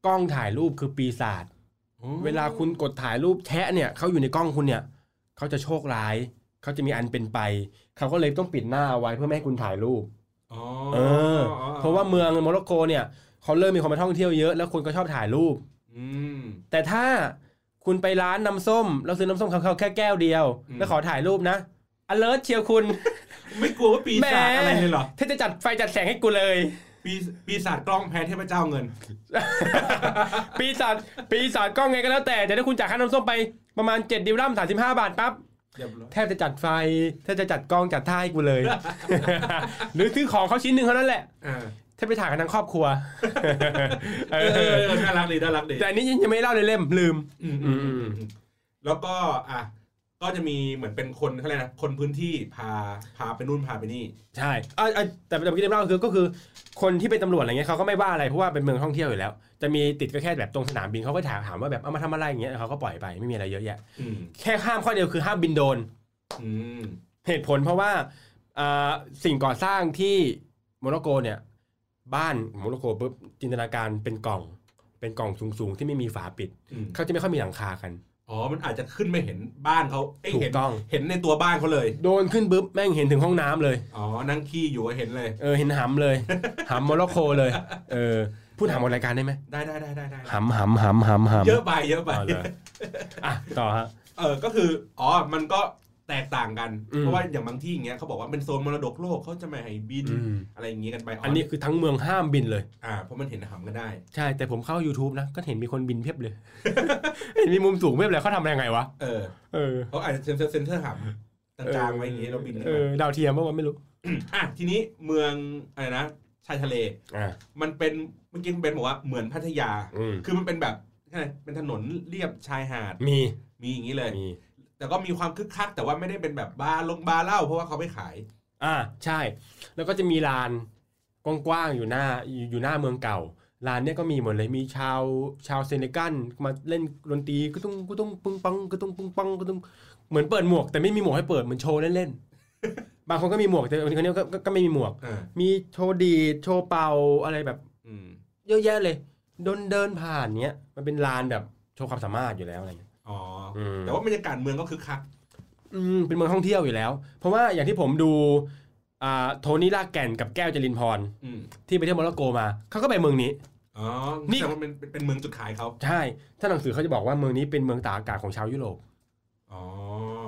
Speaker 2: กล้องถ่ายรูปคือปีศาจ เวลาคุณกดถ่ายรูปแทะเนี่ยเขาอยู่ในกล้องคุณเนี่ยเขาจะโชคร้าย เขาจะมีอันเป็นไป เขาก็เลยต้องปิดหน้าเอาไว้เพื่อไม่ให้คุณถ่ายรูป
Speaker 1: อ๋อ
Speaker 2: เออ เพราะว่าเมืองโมร็อกโกเนี่ยเขาเริ่มมีคนมาท่องเที่ยวเยอะแล้วคนก็ชอบถ่ายรูป
Speaker 1: อืม
Speaker 2: แต่ถ้าคุณไปร้านน้ำส้ม เราซื้อน้ำส้มเขาแค่แก้วเดียว
Speaker 1: อืม
Speaker 2: แล้วขอถ่ายรูปนะ alert เชียวคุณ
Speaker 1: ไม่กลัวว่าปีศาจอะไรเลยเหรอ
Speaker 2: แหมถ้าจะจัดไฟจัดแสงให้กูเลย
Speaker 1: ปีปีศาจกล้องแพ้เทพเจ้าเงิน
Speaker 2: ปีศาจปีศาจก็ไงก็แล้วแต่แต่ถ้าคุณจ่ายค่าน้ำส้มไปประมาณ7ดิวลัม35 บาทปั๊บ
Speaker 1: เรียบร้อย
Speaker 2: แทบจะจัดไฟแทบจะจัดกล้องจัดท่าให้กูเลย หรือซื้อของเขาชิ้นหนึ่งเท่านั้นแหละ
Speaker 1: อ่า
Speaker 2: ถ้าไปถ่ายกันทั้งครอบครัว
Speaker 1: เออเออเออน่ารักดีน่ารักดี
Speaker 2: แต่อันนี้ยังไม่เล่าเลยเล่มลืม
Speaker 1: อืมอืมอืมอืมแล้วก็อ่ะก็จะมีเหมือนเป็นคนเขาเรียกนะคนพื้นที่พาพาไปนู่นพาไปนี่
Speaker 2: ใช่เอ่อเอ่อแต่แต่เมื่อกี้ที่เล่าคือก็คือ คนที่เป็นตำรวจอะไรเงี้ยเขาก็ไม่ว่าอะไรเพราะว่าเป็นเมืองท่องเที่ยวอยู่แล้ว จะมีติดก็แค่แบบตรงสนามบินเขาก็ถามถามว่าแบบเอามาทำอะไรอย่างเงี้ยเขาก็ปล่อยไปไม่มีอะไรเยอะแยะ
Speaker 1: อืม
Speaker 2: แค่ห้ามข้อเดียวคือห้ามบินโดรน
Speaker 1: อืม
Speaker 2: เหตุผลเพราะว่าอ่าสิ่งก่อสร้างที่โมร็อกโกเนี่ย บ้านโมร็อกโกปุ๊บจินตนาการเป็นกล่อง เป็นกล่องสูงๆ ที่ไม่มีฝาปิด
Speaker 1: อืม
Speaker 2: เขาจะไม่ค่อยมีหลังคากัน
Speaker 1: อ๋อมันอาจจะขึ้นไม่เห็นบ้านเขาเอ้ย
Speaker 2: ถู
Speaker 1: เห็
Speaker 2: ก
Speaker 1: น
Speaker 2: ต้อง
Speaker 1: เห็นในตัวบ้านเขาเลย
Speaker 2: โดนขึ้นปุ๊บแม่งเห็นถึงห้องน้ำเลย
Speaker 1: อ๋อนั่งขี้อยู่ก็เห็นเลย
Speaker 2: เออเห็นหำเลยหำโมร็อกโกเลยเออพูดหำหมดรายการได้ไหม
Speaker 1: ได้ได้ได้ได้ได้
Speaker 2: หำหำหำหำหำ
Speaker 1: เยอะไปเยอะไป
Speaker 2: อ๋อเหรออ่ะต่อฮะ
Speaker 1: เออ ก็คือ อ๋อ มันก็แตกต่างกัน
Speaker 2: อืม
Speaker 1: เพราะว่าอย่างบางที่อย่างเงี้ยเขาบอกว่าเป็นโซนมรดกโลกเขาจะไม่ให้บิน อะไรอย่างงี้กันไป
Speaker 2: อันนี้คือทั้งเมืองห้ามบินเลย
Speaker 1: อ่า เพราะมันเห็นหำกันได้
Speaker 2: ใช่แต่ผมเข้า YouTube นะ ก็เห็นมีคนบินเพียบเลย เห็นมีมุมสูงเพียบเลยเขาทำอะไรยังไงวะ
Speaker 1: เออ
Speaker 2: เออ
Speaker 1: เขาอาจจะเซ็นเซอร์เซ็นเซอร์หำกลางๆไว้อย่างงี้เราบินกัน
Speaker 2: เอ
Speaker 1: ไป
Speaker 2: อดาวเทียมว่ามันไม่รู้
Speaker 1: อ่ะทีนี้เมืองอะไรนะ ชายทะเล
Speaker 2: อ่า
Speaker 1: มันเป็นเมื่อกี้คุณเป็นบอกว่าเหมือนพัทยา
Speaker 2: อืม
Speaker 1: คือมันเป็นแบบอะไรเป็นถนนเรียบชายหาด
Speaker 2: มี
Speaker 1: มีอย่างนี้เลย
Speaker 2: มี
Speaker 1: แต่ก็มีความคึกคัก แต่ว่าไม่ได้เป็นแบบบาร์ลงบาร์เหล้าเพราะว่าเขาไม่ขาย
Speaker 2: อ่าใช่ แล้วก็จะมีลานกว้างๆอยู่หน้าอยู่อยู่หน้าเมืองเก่าลานเนี้ยก็มีหมดเลยมีชาวชาวเซเนกัลมาเล่นดนตรีก็ต้องก็ต้องปึ้งปังก็ต้องปึ้งปังก็ต้องเหมือนเปิดหมวกแต่ไม่มีหมวกให้เปิดเหมือนโชว์เล่นๆ บางคนก็มีหมวกแต่คนนี้ก็ก็ก็ไม่มีหมวก
Speaker 1: อ่า
Speaker 2: มีโชว์ดีดโชว์เป่าอะไรแบบ
Speaker 1: อืม
Speaker 2: เยอะแยะเลยเดินเดินผ่านเนี้ยมันเป็นลานแบบโชว์ความสามารถอยู่แล้วอะไรเงี้ย
Speaker 1: อ๋อ
Speaker 2: อืม
Speaker 1: แต่ว่าบรรยากาศเมืองก็คึกคัก
Speaker 2: อืมเป็นเมืองท่องเที่ยวอยู่แล้ว เพราะว่าอย่างที่ผมดูอ่าโทนี่ลากแก่นกับแก้วจรินพร
Speaker 1: อืม
Speaker 2: ที่ไปเที่ยวโมร็อกโกมาเขาก็ไปเมืองนี้
Speaker 1: อ๋อ
Speaker 2: นี่
Speaker 1: แต่ว่ามันเป็นเป็นเมืองจุดขายเขา
Speaker 2: ใช่ ถ้าหนังสือเขาจะบอกว่าเมืองนี้เป็นเมืองตากอากาศของชาวยุโรป
Speaker 1: อ๋อ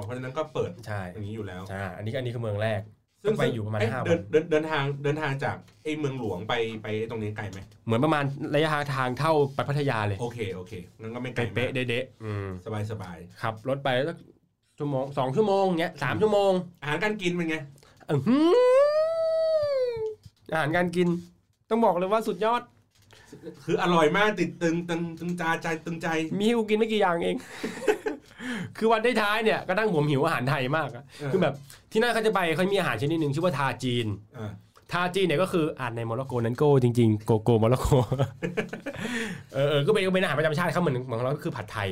Speaker 1: เพราะฉะนั้นก็เปิด
Speaker 2: ใช่
Speaker 1: อย่างนี้อยู่แล้ว
Speaker 2: ใช่อันนี้อันนี้คือเมืองแรก ก็ไปอยู่ประมาณ
Speaker 1: เ
Speaker 2: ห้าวัน
Speaker 1: เดินเดินเดินทางเดินทางจากไอ้เมืองหลวงไปไปตรงนี้ไกลไหม
Speaker 2: เหมือนประมาณระยะทางเท่าไปพัทยาเลย
Speaker 1: โอเคโอเคงั้นก็ไม่ไกล
Speaker 2: เป๊ะ
Speaker 1: มาก
Speaker 2: เป๊ะเด๊ะๆอืม
Speaker 1: สบายสบาย
Speaker 2: ขับรถไปสักชั่วโมงสองชั่วโมงเงี้ยสามชั่วโมง
Speaker 1: อาหารการกินเป็นไง
Speaker 2: อื้อหืออาหารการกิน ต้องบอกเลยว่าสุดยอด
Speaker 1: คืออร่อยมากติดตึงตึงตึงจาใจตึงใจ
Speaker 2: มีให้กูกินไม่กี่อย่างเอง คือวันท้ายๆเนี่ยก็นั่งผมหิวอาหารไทยมากอะ
Speaker 1: เออ
Speaker 2: คือแบบที่นั่นเขาจะไปเขามีอาหารชนิดหนึ่งชื่อว่าทาจีน
Speaker 1: อ่า
Speaker 2: ทาจีนเนี่ยก็คืออ่านในโมร็อกโกนั้นโก้จริงๆโกโก้โมร็อกโก เออเออก็เป็นก็เป็นอาหารประจำชาติเขาเหมือนเหมือนของเราก็คือผัดไทย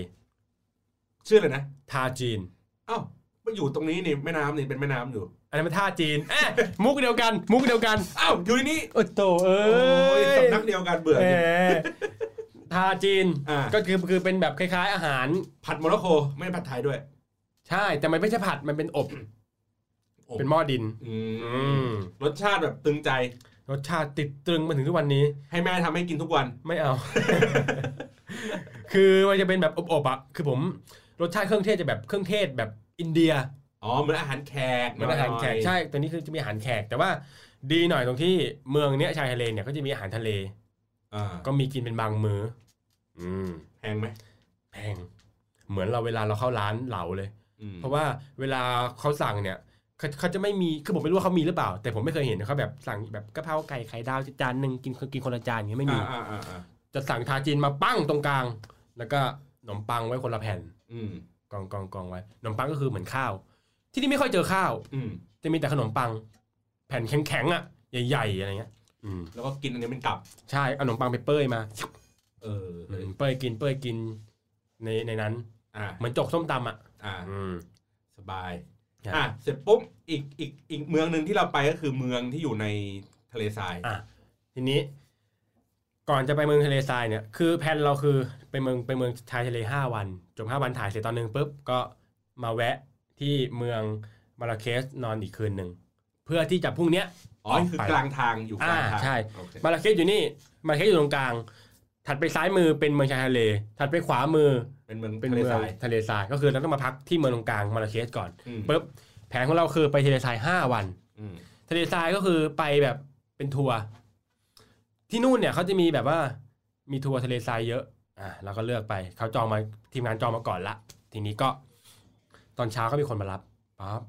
Speaker 1: ชื่ออะไรนะ
Speaker 2: ทาจีน
Speaker 1: เอ้าวมาอยู่ตรงนี้นี่แม่น้ำนี่เป็นแม่น้ำอยู่
Speaker 2: อันนั้นเป็นท่าจีนแอะมุกเดียวกัน มุกเดียวกัน
Speaker 1: อ้าวอยู่ที่นี่
Speaker 2: โอ้โตเอ้
Speaker 1: โอ้ย
Speaker 2: ย
Speaker 1: สำนักเดียวกันเบื่อ
Speaker 2: แห
Speaker 1: จริง
Speaker 2: มทาจีน
Speaker 1: อ่า
Speaker 2: ก็คือคือเป็นแบบคล้ายๆอาหาร
Speaker 1: ผัดโมร็อกโกไม่ผัดไทยด้วย
Speaker 2: ใช่ แต่มันไม่ใช่ผัดมันเป็นอบ
Speaker 1: อบ
Speaker 2: เป็นหม้อดิน
Speaker 1: อื
Speaker 2: อื
Speaker 1: ม
Speaker 2: ม
Speaker 1: รสชาติแบบตึงใจ
Speaker 2: รสชาติติดตรึงมาถึงทุกวันนี้
Speaker 1: ให้แม่ทำให้กินทุกวัน
Speaker 2: ไม่เอา คือมันจะเป็นแบบอบๆอ่ะคือผม รสชาติเครื่องเทศจะแบบเครื่องเทศแบบอินเดีย
Speaker 1: อ๋อเหมือนอาหารแขก
Speaker 2: เหมือนอาหารแขก
Speaker 1: ย
Speaker 2: ใช่ตัวนี้คือจะมีอาหารแขก แต่ว่าดีหน่อยตรงที่เมืองเนี้ยชายทะเลเนี่ยก็จะมีอาหารทะเล
Speaker 1: อ่า
Speaker 2: ก็มีกินเป็นบางมือ้ออืม
Speaker 1: แพงไหม
Speaker 2: แพงเหมือนเราเวลาเราเข้าร้านเหลาเลย
Speaker 1: อืม
Speaker 2: เพราะว่าเวลาเขาสั่งเนี่ยเขาเขาจะไม่มีคือผมไม่รู้ว่าเขามีหรือเปล่า แต่ผมไม่เคยเห็นนะเขาแบบสั่งแบบกะเพราไก่ไข่ดาวจานหนึ่งกินกินคนละจานอย่างเงี้ยไม่มี
Speaker 1: อ่าอ่าอ่าอ่า
Speaker 2: จะสั่งทาจีนมาปั้งตรงกลาง แล้วก็ขนมปังไว้คนละแผ่น
Speaker 1: อืม
Speaker 2: กองกองกองไว้ขนมปังก็คือเหมือนข้าว ที่นี่ไม่ค่อยเจอข้าว
Speaker 1: อืม
Speaker 2: จะมีแต่ขนมปัง แผ่นแข็งๆอ่ะใหญ่ๆอะไรเงี้ยอืม
Speaker 1: แล้วก็กินอันนี้เป็นกับ
Speaker 2: ใช่เอาขนมปังไปเป้ยมา
Speaker 1: เออ
Speaker 2: อืมเป้ยกินเป้ยกินในในนั้น
Speaker 1: อ่า
Speaker 2: เหมือนจกส้มตำอ่ะ
Speaker 1: อ่า
Speaker 2: อืม
Speaker 1: สบาย
Speaker 2: ครับ
Speaker 1: อ่ะเสร็จปุ๊บอีกอีกอีกเมืองหนึ่งที่เราไปก็คือเมืองที่อยู่ในทะเลทราย
Speaker 2: อ่ะทีนี้ก่อนจะไปเมืองทะเลทรายเนี่ยคือแผนเราคือไปเมืองไปเมืองชายทะเลห้าวันจบห้าวันถ่ายเสร็จตอนหนึ่งปุ๊บก็มาแวะที่เมืองมาราเคสนอนอีกคืนหนึ่งเพื่อที่จะพรุ่งเนี้ย
Speaker 1: อ๋อคือกลางทางอยู่กลางทาง
Speaker 2: อ่าใช่
Speaker 1: โอเค
Speaker 2: มาราเคสอยู่นี่มาราเคสอยู่ตรงกลาง ถัดไปซ้ายมือเป็นเมืองชายทะเล ถัดไปขวามือ
Speaker 1: เป็นเมือง
Speaker 2: เป็น
Speaker 1: ทะเล
Speaker 2: เมือง
Speaker 1: ทราย
Speaker 2: ทะเลทรายก็คือเราต้องมาพักที่เมืองตรงกลางมาราเคสก่อน
Speaker 1: อืม
Speaker 2: ปุ๊บแผนของเราคือไปทะเลทรายห้าวัน
Speaker 1: อืม
Speaker 2: ทะเลทรายก็คือไปแบบเป็นทัวร์ที่นู่นเนี่ยเขาจะมีแบบว่ามีทัวร์ทะเลทรายเยอะอ่ะเราก็เลือกไปเขาจองมาทีมงานจองมาก่อนละ ทีนี้ก็ตอนเช้าก็มีคนมารับปั๊บ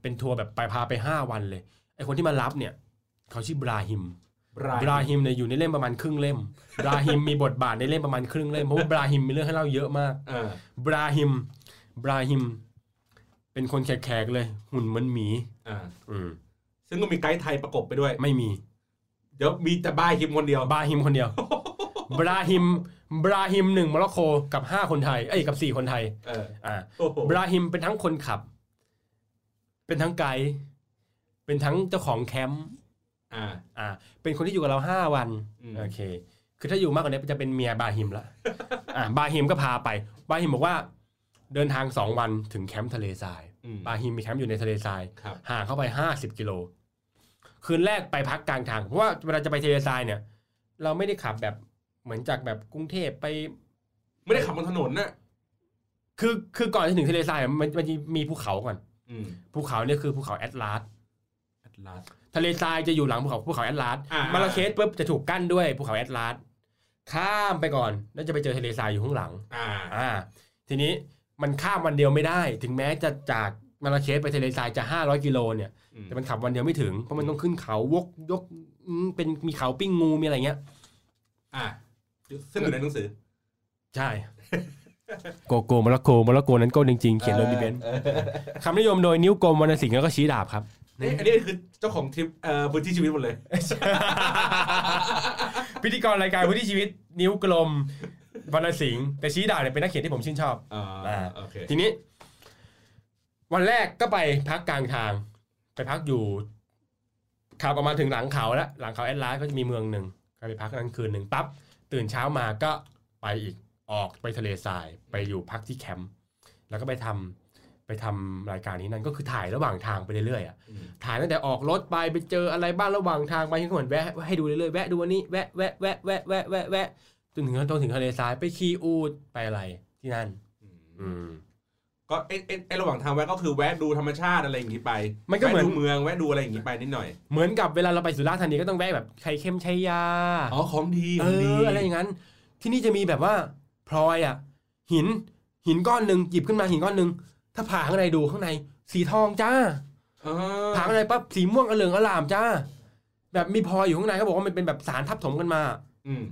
Speaker 2: เป็นทัวร์แบบไปพาไปห้าวันเลยไอคนที่มารับเนี่ยเขาชื่อบราฮิม บราฮิมเนี่ยอยู่ในเล่มประมาณครึ่งเล่ม บราฮิมมีบทบาทในเล่มประมาณครึ่งเล่มเพราะว่าบราฮิมมีเรื่องให้เล่าเยอะมาก
Speaker 1: เออบ
Speaker 2: ราฮิม บราฮิม เป็นคนแขกๆเลย หุ่นเหมือนหมี
Speaker 1: อ่า
Speaker 2: อืม
Speaker 1: ซึ่งก็มีไกด์ไทยประกบไปด้วย
Speaker 2: ไม่มี
Speaker 1: เดี๋ยวมีแต่บ้ายคิมคนเดียว
Speaker 2: บราฮิมคนเดี ยว บราฮิม บราฮิมหนึ่งโมร็อกโกกับห้าคนไทย เอ้ยกับสี่คนไทย
Speaker 1: เออ
Speaker 2: อ่า
Speaker 1: โอ้โห
Speaker 2: บราฮิมเป็นทั้งคนขับ เป็นทั้งไกด์เป็นทั้งเจ้าของแคมป์
Speaker 1: อ่า
Speaker 2: อ่า เป็นคนที่อยู่กับเราห้าวัน
Speaker 1: อืม
Speaker 2: โอเค คือถ้าอยู่มากกว่านี้จะเป็นเมียบาฮิม ละ อ่า บาฮิมก็พาไป บาฮิมบอกว่า เดินทางสองวันถึงแคมป์ทะเลทราย
Speaker 1: อืม
Speaker 2: บาฮิมมีแคมป์อยู่ในทะเลทราย
Speaker 1: ครับ
Speaker 2: ห่างเข้าไปห้าสิบกิโล คืนแรกไปพักกลางทาง เพราะว่าเวลาจะไปทะเลทรายเนี่ย เราไม่ได้ขับแบบเหมือนจากแบบกรุงเทพไป
Speaker 1: ไม่ได้ขับบนถนนน่ะ
Speaker 2: คือ คือก่อนจะถึงทะเลทรายมันมันจะมีภูเขาก่อน
Speaker 1: อืม
Speaker 2: ภูเขาเนี่ยคือภูเขาแอตลาส
Speaker 1: แอตลาส
Speaker 2: ทะเลทรายจะอยู่หลังภูเขาภูเขาแอตลาส
Speaker 1: อ่าม
Speaker 2: มาราเคสปุ๊บจะถูกกั้นด้วยภูเขาแอตลาส ข้ามไปก่อน แล้วจะไปเจอทะเลทรายอยู่ข้างหลัง
Speaker 1: อ่า
Speaker 2: อ่า ทีนี้มันข้ามวันเดียวไม่ได้ ถึงแม้จะจากมาราเคสไปทะเลทรายจะ 500 กิโลเนี่ย
Speaker 1: อืม
Speaker 2: แต่มันขับวันเดียวไม่ถึง เพราะมันต้องขึ้นเขาวกยกอืมเป็นมีเขาปิ้งงูมีอะไรเงี้ย
Speaker 1: อ่าซึ่งอยู่ในหนังสือ
Speaker 2: ใช่ โกโก้มรโกมรโกนั้นโก้จริงๆ เขียนโดยบีเบนซ์
Speaker 1: ออ
Speaker 2: คำนิยมโดยนิ้วกลมวรรณสิงห์แล้วก็ชี้ด าบครับ
Speaker 1: เอ๊ะอันนี้คือเจ้าของทริปเอ่อพื้นที่ชีวิตหมดเลย
Speaker 2: พิธีกรรายการพื้นที่ชีวิตนิ้วกลมวรรณสิงห์แต่ชี้ดาบเนี่ยเป็นนักเขียนที่ผมชื่นชอบ
Speaker 1: อ่า
Speaker 2: อ่า
Speaker 1: โอเค
Speaker 2: ทีนี้ วันแรกก็ไปพักกลางทาง ไปพักอยู่ขับออกมาถึงหลังเขาแล้วหลังเขาแอดลาสก็จะมีเมืองหนึ่งก็ไปพักนั้นคืนหนึ่งปั๊บตื่นเช้ามาก็ไปอีกออกไปทะเลทราย ไปอยู่พักที่แคมป์แล้วก็ไปทำไปทำรายการนี้นั่นก็คือถ่ายระหว่างทางไปเรื่อยๆอ่ะ
Speaker 1: อืม
Speaker 2: ถ่ายตั้งแต่ออกรถไปไปเจออะไรบ้างระหว่างทางไปก็เหมือนแวะให้ดูเรื่อยๆแวะดูอันนี้แวะแวะแวะแวะแวะแวะแวะจนถึงจนถึงทะเลทรายไปคีอูดไปอะไรที่นั่น
Speaker 1: อืมก็เอ๊ะเอ๊ะเอ๊ะระหว่างทางแวะก็คือแวะดูธรรมชาติอะไรอย่างนี้ไป
Speaker 2: มันก็เหมือน
Speaker 1: แวะดูเมืองแวะดูอะไรอย่างนี้ไปนิดหน่อย
Speaker 2: เหมือนกับเวลาเราไปสุราษฎร์ธานีก็ต้องแวะแบบไข่เค็มชัยยา
Speaker 1: อ๋อของดี
Speaker 2: เอ
Speaker 1: ของดี
Speaker 2: ออะไรอย่างนั้น ที่นี่จะมีแบบว่าพลอยอ่ะ หินหินก้อนหนึ่งหยิบขึ้นมาหินก้อนหนึ่งถ้าผ่าข้างในดูข้างใน สีทองจ้า
Speaker 1: อ่
Speaker 2: ผ่าข้างในปั๊บสีม่วงอเหลืองอลามจ้า แบบมีพลอยอยู่ข้างในเขาบอกว่ามันเป็นแบบสารทับถมกันมา
Speaker 1: อืม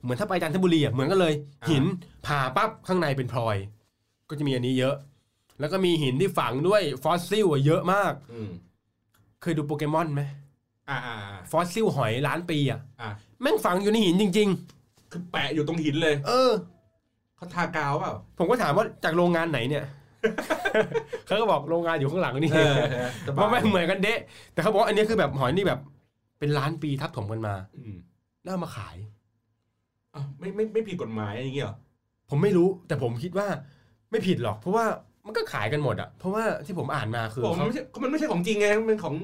Speaker 2: เหมือนถ้าไปจันทบุรีอ่ะเหมือนกันเลย
Speaker 1: อ่า
Speaker 2: หินผ่าปั๊บข้างในเป็นพลอย ก็จะมีอันนี้เยอะ แล้วก็มีหินที่ฝังด้วยฟอสซิลอะเยอะมาก
Speaker 1: อืม
Speaker 2: เคยดูโปเกมอนไหม
Speaker 1: อ่าอ่า
Speaker 2: ฟอสซิลหอยล้านปีอ่ะ
Speaker 1: อ่า
Speaker 2: แม่งฝังอยู่ในหินจริง
Speaker 1: คือแปะอยู่ตรงหินเลย
Speaker 2: ๆ เออ
Speaker 1: เขาทากาวเปล่า
Speaker 2: ผมก็ถามว่าจากโรงงานไหนเนี่ย เขาก็บอกโรงงานอยู่ข้างหลังนี่
Speaker 1: เออเออสบาย
Speaker 2: ว่าไม่เหมือนกันเดะแต่เขาบอกว่าอันนี้คือแบบหอยนี่แบบ เป็นล้านปีทับถมกันมา
Speaker 1: อืม
Speaker 2: แล้วเอามาขาย
Speaker 1: อ้าวไม่ไม่ไม่ผิดกฎหมายอย่างเงี้ยเหรอ
Speaker 2: ผมไม่รู้ แต่ผมคิดว่าไม่ผิดหรอก เพราะว่ามันก็ขายกันหมดอ่ะเพราะว่าที่ผมอ่านมาคือ
Speaker 1: บอกมัน
Speaker 2: เขา
Speaker 1: ไม่ใช่มันไม่ใช่ของจริงไงมันเป็นของ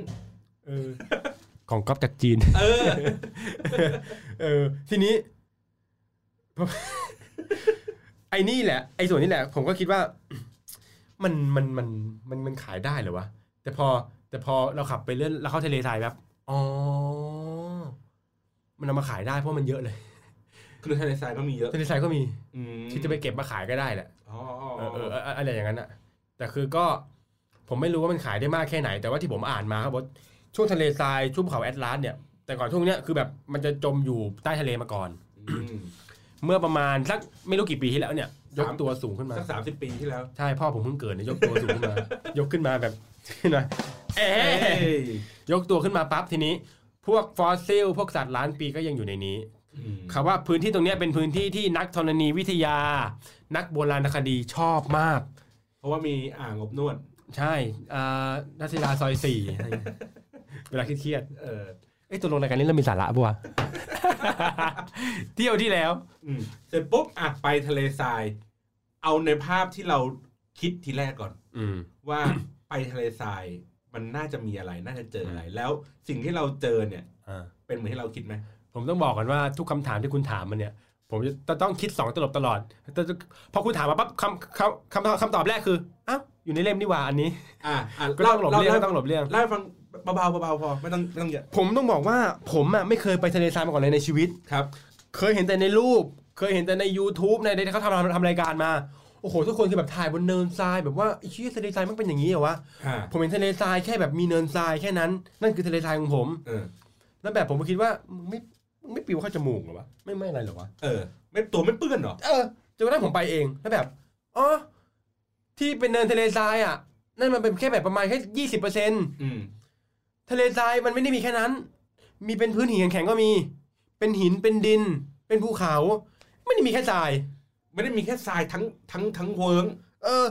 Speaker 2: ของก๊อปจากจีน
Speaker 1: เอ อ
Speaker 2: เออ ทีนี้ ไอ้นี่แหละ ไอ้ส่วนนี้แหละ ผมก็คิดว่า มันมันมันมันมันขายได้เหรอวะ แต่พอ แต่พอเราขับไปเรื่อยแล้วเข้าทะเลทรายแบบอ๋อ มันเอามาขายได้เพราะมันเยอะเลย
Speaker 1: คือทะเลทรายก็มีเยอะ
Speaker 2: ทะเลทรายก็มี
Speaker 1: อืม
Speaker 2: ที่จะไปเก็บมาขายก็ได้แหละ
Speaker 1: อ๋อ
Speaker 2: เออเออเอออะไรอย่างนั้นอะแต่คือก็ผมไม่รู้ว่ามันขายได้มากแค่ไหน แต่ว่าที่ผมอ่านมาครับว่าช่วงทะเลทรายช่วงภูเขาแอตลาสเนี่ย แต่ก่อนช่วงเนี้ยคือแบบมันจะจมอยู่ใต้ทะเลมาก่อน
Speaker 1: อืม
Speaker 2: เมื่อประมาณสักไม่รู้กี่ปีที่แล้วเนี่ย ยกตัวสูงขึ้นมา
Speaker 1: สักสามสิบปีที่แล้ว
Speaker 2: ใช่พ่อผมเพิ่งเกิดเนี่ยยกตัวสูงขึ้น มา ยกขึ้นมาแบบ หน่อยเอ๊
Speaker 1: เอ้
Speaker 2: ะ
Speaker 1: ย
Speaker 2: ยกตัวขึ้นมาปั๊บทีนี้ พวกฟอสซิลพวกสัตว์ล้านปีก็ยังอยู่ในนี้
Speaker 1: อืม
Speaker 2: คำว่าพื้นที่ตรงเนี้ยเป็นพื้นที่ที่นักธรณีวิทยา นักโบราณคดีชอบมาก
Speaker 1: เพราะว่ามีอ่างอบนวด
Speaker 2: ใช่อ่านักศิลาซอยสี่ เวลาเครียด
Speaker 1: เออ
Speaker 2: ๆเอ้ยตกลงรายการนี้เรามีสาระปะ วะ เที่ยวที่แล้ว
Speaker 1: อืม เสร็จปุ๊บอ่ะไปทะเลทราย เอาในภาพที่เราคิดทีแรกก่อน
Speaker 2: อืม
Speaker 1: ว่า ไปทะเลทรายมันน่าจะมีอะไร น่าจะเจออะไร
Speaker 2: อืม
Speaker 1: แล้วสิ่งที่เราเจอเนี่ย
Speaker 2: อ่า
Speaker 1: เป็นเหมือนที่เราคิดไหม
Speaker 2: ผมต้องบอกก่อนว่าทุกคำถามที่คุณถามมันเนี่ย ผมจะต้องคิดสองตลบตลอดแต่พอคุณถามมาปั๊บคำคำคำคำตอบแรกคืออ้าวอยู่ในเล่มนี่หว่าอันนี้
Speaker 1: อ่ะอ่ะ
Speaker 2: ก็ต้องหลบเลี่ยงก็ต้องหลบเลี่ยง
Speaker 1: เล่าให้ฟัง เบาๆเบาๆพอไม่ต้องไม่ต้องเยอะ
Speaker 2: ผมต้องบอกว่าผมอ่ะไม่เคยไปทะเลทรายมาก่อนเลยในชีวิต
Speaker 1: ครับ
Speaker 2: เคยเห็นแต่ในรูป เคยเห็นแต่ใน YouTube ในในที่เขาทำทำรายการมา โอ้โห ทุกคนคือแบบถ่ายบนเนินทรายแบบว่าไอ้เชี่ยทะเลทรายมันเป็นอย่างนี้เหรอวะ
Speaker 1: อ่า
Speaker 2: ผมเห็นทะเลทรายแค่แบบมีเนินทรายแค่นั้น นั่นคือทะเลทรายของผม
Speaker 1: เออ
Speaker 2: แล้วแบบผมก็คิดว่ามึงไม่มึงไม่ปิวเข้าจมูกเหรอวะ ไม่ไม่อะไรเหรอวะ
Speaker 1: เออ ไม่ตัวไม่เปื้อนเหรอ
Speaker 2: เออจนกระทั่งผมไปเองแล้วแบบอ๋อที่เป็นเนินทะเลทรายอ่ะ นั่นมันเป็นแค่แบบประมาณแค่ยี่สิบเปอร์เซ็นต์
Speaker 1: อืม
Speaker 2: ทะเลทรายมันไม่ได้มีแค่นั้น มีเป็นพื้นหินแข็งๆก็มี เป็นหินเป็นดิน เป็นภูเขา ไม่ได้มีแค่ทราย
Speaker 1: ไม่ได้มีแค่ทรายทั้งทั้งทั้งเวิร์ง
Speaker 2: เออ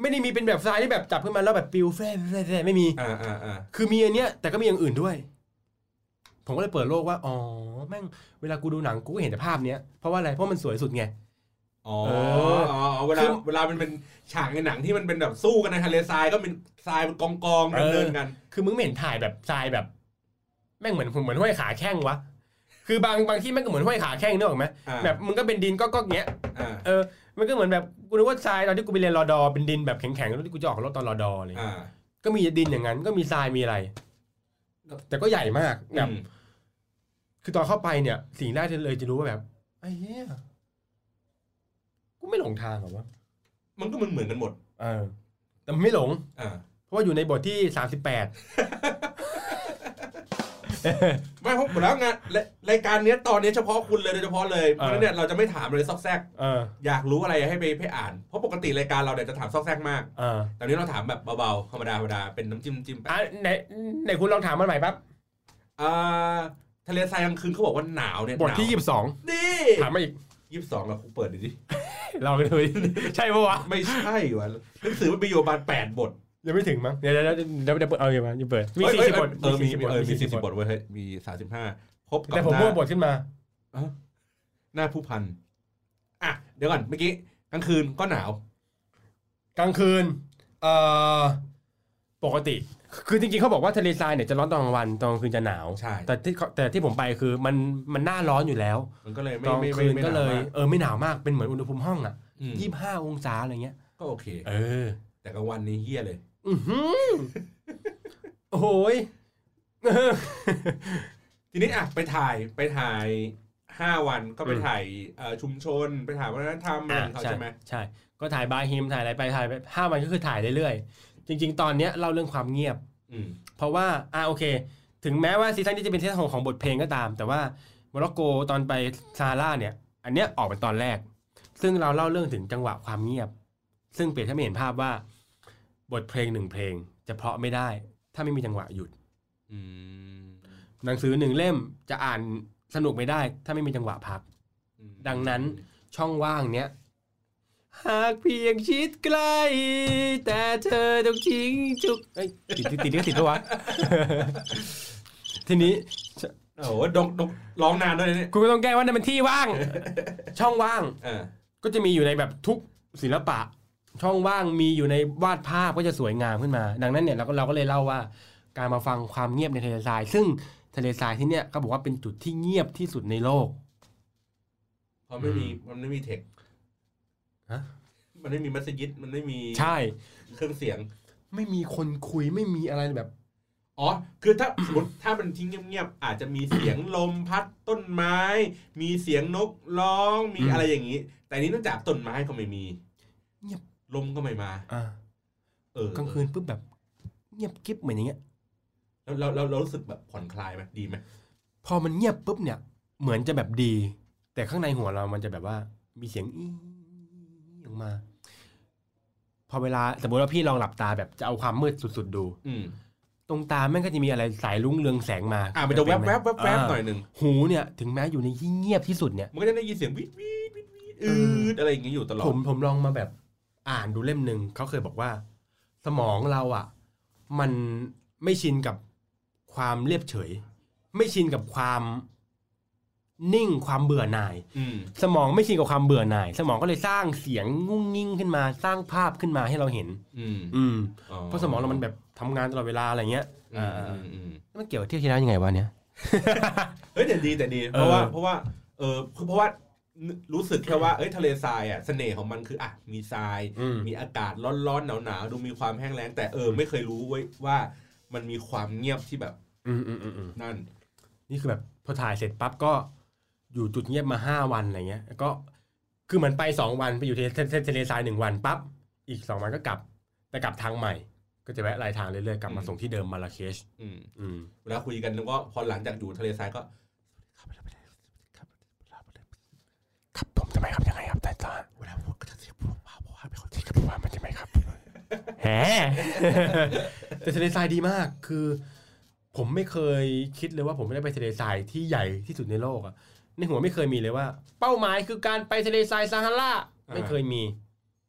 Speaker 2: ไม่ได้มีเป็นแบบทรายที่แบบจับขึ้นมาแล้วแบบปิวแฟแฟแฟไม่มี
Speaker 1: อ่าอ่าอ่า
Speaker 2: คือมีอันเนี้ยแต่ก็มีอย่างอื่นด้วย ผมก็เลยเปิดโลกว่าอ๋อแม่งเวลากูดูหนังกูก็เห็นแต่ภาพเนี้ยเพราะว่าอะไรเพราะมันสวยสุดไง
Speaker 1: อ๋อ
Speaker 2: เอออ๋
Speaker 1: ออเวลา
Speaker 2: คือ
Speaker 1: เวลามันเป็นฉากในหนังที่มันเป็นแบบสู้กันในทะเลทรายก็เป็นทรายเป็นกองกองๆ
Speaker 2: เออ
Speaker 1: เดินๆกัน
Speaker 2: คือมึงไม่เห็นถ่ายแบบทรายแบบ แม่งเหมือนเหมือนห้วยขาแข้งวะคือบางบางที่แม่งก็เหมือนห้วยขาแข้งนึกออกไหม
Speaker 1: อ่า
Speaker 2: แบบมึงก็เป็นดินก็ก็เงี้ย
Speaker 1: อ่า
Speaker 2: เออมันก็เหมือนแบบกูนึกว่าทรายตอนที่กูไปเรียนรอดอเป็นดินแบบแข็งๆแล้วที่กูจะออกรถตอนรอดออะไรเลย
Speaker 1: อ่า
Speaker 2: ก็มีดินอย่างนั้นก็มีทรายมีอะไร แต่ก็ใหญ่มากแบบ
Speaker 1: อืม
Speaker 2: คือตอนเข้าไปเนี่ยสิ่งแรกที่เลยจะรู้ว่าแบบไอ้เหี้ยกูไม่หลงทางเหรอวะ
Speaker 1: มันก็เหมือนเหมือนกันหมด
Speaker 2: เออ แต่มันไม่หลง
Speaker 1: อ่า
Speaker 2: เพราะว่าอยู่ในบทที่สามสิบแป ด
Speaker 1: ไม่เพราะหมดแล้วไงและรายการเนี้ยตอนเนี้ยเฉพาะคุณเลยโดยเฉพาะเลยเพราะฉะนั้นเนี่ยเราจะไม่ถามเลยซอกแซก
Speaker 2: เออ
Speaker 1: อยากรู้อะไรให้ไปไปอ่าน เพราะปกติรายการเราเนี่ยจะถามซอกแซกมาก
Speaker 2: เออ
Speaker 1: แต่วันนี้เราถามแบบเบาๆ ธรรมดาธรรมดา เป็นน้ำจิ้มจิ้มไป
Speaker 2: อ่ะไหนไหนคุณลองถามมันใหม่ปั๊บ
Speaker 1: อ่าทะเลทรายกลางคืนเขาบอกว่าหนาวเนี่ย
Speaker 2: บท
Speaker 1: หนา
Speaker 2: ที่
Speaker 1: ว
Speaker 2: ยี่สิบสอง
Speaker 1: นี่
Speaker 2: ถามมาอีก
Speaker 1: ยี่สิบสองเหราเปิดดูดิ
Speaker 2: เราไปดูดิ ใช่ปะวะ
Speaker 1: ไม่ใช่วะหนังสือมันมีอยู่ประมาณแปดบท
Speaker 2: ยังไม่ถึงมั้งเดี๋ยวเดี๋ยวเดี๋ยวเดี๋ยวเปิดเอาอย่างมาเดี๋ยวเปิดมี
Speaker 1: เอ้ย
Speaker 2: สี่สิบบท
Speaker 1: เออมีเออมีสี่สิบบ
Speaker 2: ท
Speaker 1: ทเว้ยเฮ้ยมีสามสิบห้าครบกับ
Speaker 2: แต่ผม
Speaker 1: ห
Speaker 2: มั่
Speaker 1: น้าว
Speaker 2: บทขึ้นมา
Speaker 1: หน้าผู้พันอ่ะเดี๋ยวก่อนเมื่อกี้กลางคืนก็หนาว
Speaker 2: กลางคืนเอ่อปกติ คือจริงๆเขาบอกว่าทะเลทรายเนี่ยจะร้อนตอนกลางวันตอนกลางคืนจะหนาว
Speaker 1: ใช่
Speaker 2: แต่ที่เขาแต่ที่ผมไปคือมันมันหน้าร้อนอยู่แล้ว
Speaker 1: มันก็เลยไม่
Speaker 2: ตอนก
Speaker 1: ไม่
Speaker 2: ลาง
Speaker 1: ไม่
Speaker 2: คืน
Speaker 1: ไม่
Speaker 2: ก็เลย
Speaker 1: หนาวมาก
Speaker 2: เออไม่หนาวมากเป็นเหมือนอุณหภูมิห้องอ่ะ
Speaker 1: อืม
Speaker 2: ยี่ห้าองศาอะไรเงี้ย
Speaker 1: ก็โอเค
Speaker 2: เออ
Speaker 1: แต่กลางวันนี้เฮี้ยเลย
Speaker 2: อือหือโอ้โหยเออ
Speaker 1: ทีนี้อ่ะไปถ่ายไปถ่ายห้าวันก็ไป
Speaker 2: อืม
Speaker 1: ถ่ายเอ่อชุมชนไปถ่ายวัฒนธรรมอะไรของเขาใช่ไหม
Speaker 2: ใช่ ก็ถ่ายบายฮิมถ่ายอะไรไปถ่ายไปห้าวันก็คือถ่ายเรื่อยๆจริง ๆ ตอนเนี้ยเล่าเรื่องความเงียบ
Speaker 1: อืม
Speaker 2: เพราะว่า อ่าโอเค ถึงแม้ว่าซีซั่นนี้จะเป็นซีซั่นหกของบทเพลงก็ตาม แต่ว่าโมร็อกโกตอนไปซาร่าเนี่ย อันเนี้ยออกเป็นตอนแรก ซึ่งเราเล่าเรื่องถึงจังหวะความเงียบ ซึ่งเปรียบให้ไม่เห็นภาพว่า บทเพลงหนึ่งเพลง จะเพราะไม่ได้ ถ้าไม่มีจังหวะหยุด
Speaker 1: อืม
Speaker 2: หนังสือหนึ่งเล่มจะอ่านสนุกไม่ได้ ถ้าไม่มีจังหวะพัก ดังนั้น ช่องว่างเนี้ย หากเพียงชิดใกล้ แต่เธอต้องทิ้งจุกเอ้ยติดติดติดก็ติดปะวะ ทีนี้
Speaker 1: โอ้โหดงดงร้องนานด้วยนะเนี่ย
Speaker 2: กูก็ต้องแก้ว่านั่นเป็นที่ว่าง ช่องว่าง
Speaker 1: เออ
Speaker 2: ก็จะมีอยู่ในแบบทุกศิลปะ ช่องว่างมีอยู่ในวาดภาพก็จะสวยงามขึ้นมา ดังนั้นเนี่ยเราก็เราก็เลยเล่าว่า การมาฟังความเงียบในทะเลทราย ซึ่งทะเลทรายที่เนี่ยเขาบอกว่าเป็นจุดที่เงียบที่สุดในโลก
Speaker 1: เพราะไม่มีมันไม่มีเทค
Speaker 2: ฮะ
Speaker 1: มันไม่มีมัสยิดมันไม่มี
Speaker 2: ใช่
Speaker 1: เครื่องเสียง
Speaker 2: ไม่มีคนคุยไม่มีอะไรแบบ
Speaker 1: อ๋อ คือถ้า สมมติถ้ามันทิ้งเงียบๆอาจจะมีเสียงลมพัดต้นไม้ มีเสียงนกร้องมีอะไรอย่างนี้ แต่อันนี้เนื่องจากต้นไม้ก็ไม่มีลมก็ไม่มา
Speaker 2: อ่า
Speaker 1: เออก
Speaker 2: ลางคืนปุ๊บแบบ เงียบกิ๊บเหมือนอย่างเงี้ย
Speaker 1: แล้วเราเราเรารู้สึกแบบผ่อนคลายไหมดีไหม
Speaker 2: พอมันเงียบปุ๊บเนี่ย เหมือนจะแบบดี แต่ข้างในหัวเรามันจะแบบว่า มีเสียงอีออกมา พอเวลาสมมติว่าพี่ลองหลับตาแบบจะเอาความมืดสุดๆดู
Speaker 1: อืม
Speaker 2: ตรงตาแม่งก็จะมีอะไรสายลุ้งเรืองแสงมา
Speaker 1: อ่ามันจะแวบๆแวบๆแวบๆหน่อย
Speaker 2: า
Speaker 1: หนึ่ง
Speaker 2: หูเนี่ย ถึงแม้อยู่ในที่เงียบที่สุดเนี่ย
Speaker 1: มันก็จะได้ยินเสียงวิดวิดวิดวิดอืดอะไรอย่างเงี้ยอยู่ตลอด
Speaker 2: ผมผมลองมาแบบอ่านดูเล่มหนึ่งเขาเคยบอกว่า สมองเราอ่ะ มันไม่ชินกับความเรียบเฉย ไม่ชินกับความนิ่งความเบื่อหน่าย
Speaker 1: อืม
Speaker 2: สมองไม่ชินกับความเบื่อหน่าย สมองก็เลยสร้างเสียงงุ้งงิ้งขึ้นมา สร้างภาพขึ้นมาให้เราเห็น
Speaker 1: อืม
Speaker 2: อืมเพราะสมองเรามันแบบทำงานตลอดเวลาอะไรเงี้ย
Speaker 1: อืมอืมอืม
Speaker 2: แล้วมันเกี่ยวกับเที่ยวที่แล้วยังไงวะเนี่ย
Speaker 1: เฮ้ยแต่ดีแต่ดี เพราะว่าเพราะว่าเออคือเพราะว่ารู้สึกแค่ว่าเอ้ยทะเลทรายอ่ะเสน่ห์ของมันคืออ่ะมีทราย
Speaker 2: อืม
Speaker 1: มีอากาศร้อนๆหนาวๆดูมีความแห้งแล้งแต่เออไม่เคยรู้ไว้ยว่า มันมีความเงียบที่แบบ
Speaker 2: อืมอืมอืมอืม
Speaker 1: นั่น
Speaker 2: นี่คือแบบพอถ่ายเสร็จปั๊บก็อยู่จุดเงียบมาห้าวันอะไรเงี้ยแล้วก็คือเหมือนไปสองวันไปอยู่ทะเลทะเลทะเลทรายหนึ่งวันปั๊บอีกสองวันก็กลับ แต่กลับทางใหม่ ก็จะแวะรายทางเรื่อยๆกลับมา
Speaker 1: อืม
Speaker 2: ส่งที่เดิมมาลาเคช
Speaker 1: อืม
Speaker 2: อืม
Speaker 1: เวลาคุยกันแล้วก็พอหลังจากอยู่ทะเลทรายก็
Speaker 2: ครับผมทำไมครับยังไงครับแต่ตา
Speaker 1: เวลาพูดก็จะเสียงพูดเบาเพราะว่าเป็นคนที่
Speaker 2: ที่กระผมว่ามันจะไหมครับ แหม แต่ทะเลทรายดีมากคือ ผมไม่เคยคิดเลยว่าผมไม่ได้ไปทะเลทรายที่ใหญ่ที่สุดในโลกอะในหัวไม่เคยมีเลยว่า เป้าหมายคือการไปทะเลทรายซาฮาราไม่เคยมี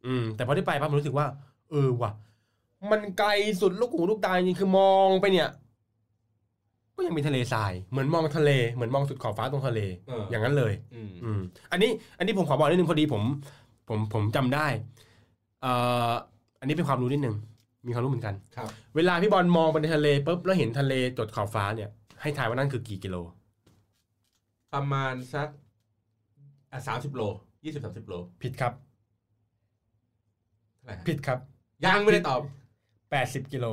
Speaker 2: อืม แต่พอได้ไปปั๊บผมรู้สึกว่า เออว่ะ มันไกลสุดลูกหูลูกตาจริงๆคือมองไปเนี่ย ก็ยังมีทะเลทรายเหมือนมองทะเลเหมือนมองสุดขอบฟ้าตรงทะเล
Speaker 1: เอออ
Speaker 2: อย่างนั้นเลย
Speaker 1: อืม
Speaker 2: อืมอันนี้อันนี้ผมขอบอกนิดนึงพอดีผม ผมผมจำได้เอ่ออันนี้เป็นความรู้นิดนึง มีความรู้เหมือนกัน
Speaker 1: ครับ
Speaker 2: เวลาพี่บอลมองไปในทะเลปุ๊บแล้วเห็นทะเลจดขอบฟ้าเนี่ยให้ทายว่านั่นคือกี่กิโล
Speaker 1: ประมาณสักสามสิบโลยี่สิบสามสิบโล
Speaker 2: ผิดครับ
Speaker 1: เท่าไหร่ฮะ
Speaker 2: ผิดครับ
Speaker 1: ยังไม่ได้ตอบ
Speaker 2: แปดสิบ80 กิโล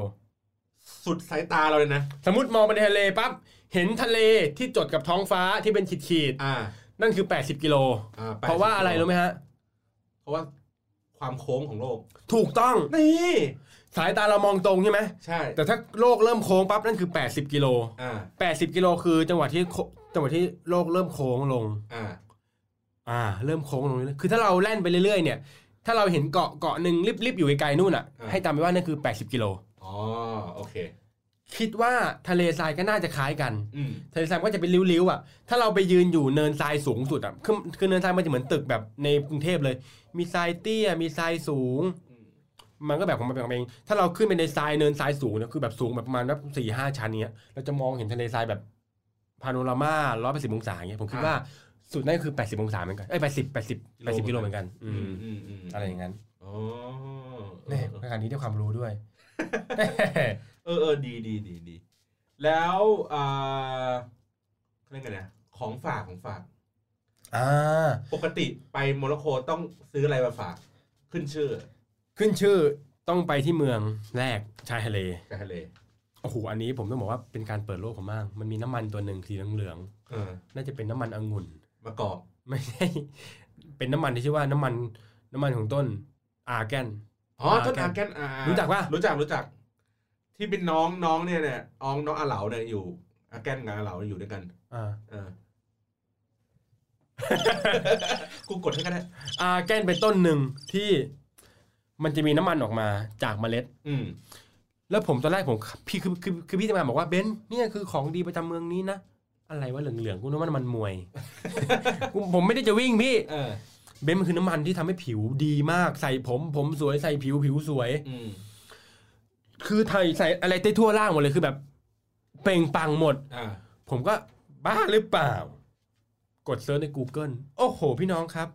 Speaker 1: สุดสายตาเราเลยนะ
Speaker 2: สมมติมองไปในทะเลปั๊บเห็นทะเลที่จดกับท้องฟ้าที่เป็นขีดขีด
Speaker 1: อ่า
Speaker 2: ๆนั่นคือ 80 กิโล
Speaker 1: อ่า80
Speaker 2: เพราะว่าอะไรรู้ไหมฮะ
Speaker 1: เพราะว่าความโค้งของโลก
Speaker 2: ถูกต้อง
Speaker 1: นี่
Speaker 2: สายตาเรามองตรงใช่ไหม
Speaker 1: ใช่
Speaker 2: แต่ถ้าโลกเริ่มโค้งปั๊บนั่นคือ 80 กิโล
Speaker 1: อ่า
Speaker 2: 80 กิโลคือจังหวะที่โคจังหวะที่โลกเริ่มโค้งลง
Speaker 1: อ่า
Speaker 2: อ่า เริ่มโค้งลงเรื่อยๆคือถ้าเราแล่นไปเรื่อยๆเนี่ย ถ้าเราเห็นเกาะเกาะหนึ่งริบๆอยู่ไกลๆนู่นอ่ะ
Speaker 1: อ่า
Speaker 2: ให้จำไว้ว่านั่นคือ 80 กิโล
Speaker 1: อ๋อ โอเค
Speaker 2: คิดว่าทะเลทรายก็น่าจะคล้ายกัน
Speaker 1: อืม
Speaker 2: ทะเลทรายมันก็จะเป็นริ้วๆอ่ะ ถ้าเราไปยืนอยู่เนินทรายสูงสุดอ่ะ คือคือเนินทรายมันจะเหมือนตึกแบบในกรุงเทพเลย มีทรายเตี้ย มีทรายสูง
Speaker 1: อืม
Speaker 2: มันก็แบบของมันเป็นของมันเอง ถ้าเราขึ้นไปในทรายเนินทรายสูงเนี่ยคือแบบสูงแบบประมาณแบบสี่ห้าชั้นเนี้ย เราจะมองเห็นทะเลทรายแบบพาโนรามาร้อยแปดสิบองศาเงี้ย ผมคิด
Speaker 1: อ่า
Speaker 2: ว่าสุดนั่นคือแปดสิบองศาเหมือนกัน เอ้ยแปดสิบแปดสิบแปดสิบกิโลเหมือนกัน อืม
Speaker 1: อืมอืม
Speaker 2: อะไรอย่างนั้น
Speaker 1: อ๋อ
Speaker 2: นี่รายการนี้ได้ความรู้ ด้วย
Speaker 1: เออเออ ดีดีดีดี แล้วอ่าเขาเรียกไงนะ ของฝากของฝาก
Speaker 2: อ่า
Speaker 1: ปกติไปโมร็อกโกต้องซื้ออะไรมาฝาก ขึ้นชื่อ
Speaker 2: ขึ้นชื่อต้องไปที่เมืองแรกชายทะเล
Speaker 1: กับทะเล
Speaker 2: โอ้โห อันนี้ผมต้องบอกว่าเป็นการเปิดโลกผมมาก มันมีน้ำมันตัวหนึ่งสีเหลือง
Speaker 1: เออ
Speaker 2: ๆ น่าจะเป็นน้ำมันองุ่น
Speaker 1: มากอก
Speaker 2: ไม่ใช่ เป็นน้ำมันที่ชื่อว่าน้ำมัน น้ำมันของต้นอาแกน
Speaker 1: อ๋อ ต้นอาแกนอา
Speaker 2: รู้
Speaker 1: รู้
Speaker 2: จักปะ
Speaker 1: รู้จัก รู้จัก ที่เป็นน้องน้องเนี่ยเนี่ยน้องน้องอาเหลาเนี่ยอยู่ อาแกนกับอาเหลาอยู่ด้วยกัน
Speaker 2: อ่า
Speaker 1: เออ กูกดให้ก็ได้
Speaker 2: อาแกนเป็นต้นหนึ่งที่มันจะมีน้ำมันออกมาจากเมล็ด
Speaker 1: อืม
Speaker 2: แล้วผมตอนแรกผมพี่คือคือคือพี่ทำงานบอกว่าเบนซ์เนี่ยคือของดีประจำเมืองนี้นะอะไรวะเหลืองๆกูนึกว่าน้ำมันมวย กูผมไม่ได้จะวิ่งพี่
Speaker 1: เออ
Speaker 2: เบนซ์มันคือน้ำมันที่ทำให้ผิวดีมากใส่ผม ผมสวยใส่ผิวผิวสวย
Speaker 1: อืม
Speaker 2: คือไทยใส่อะไรได้ทั่วร่างหมดเลยคือแบบ เปล่งปลังหมด
Speaker 1: อ่า
Speaker 2: ผมก็บ้าหรือเปล่า กดเซิร์ชใน Google โอ้โห พี่น้องครับ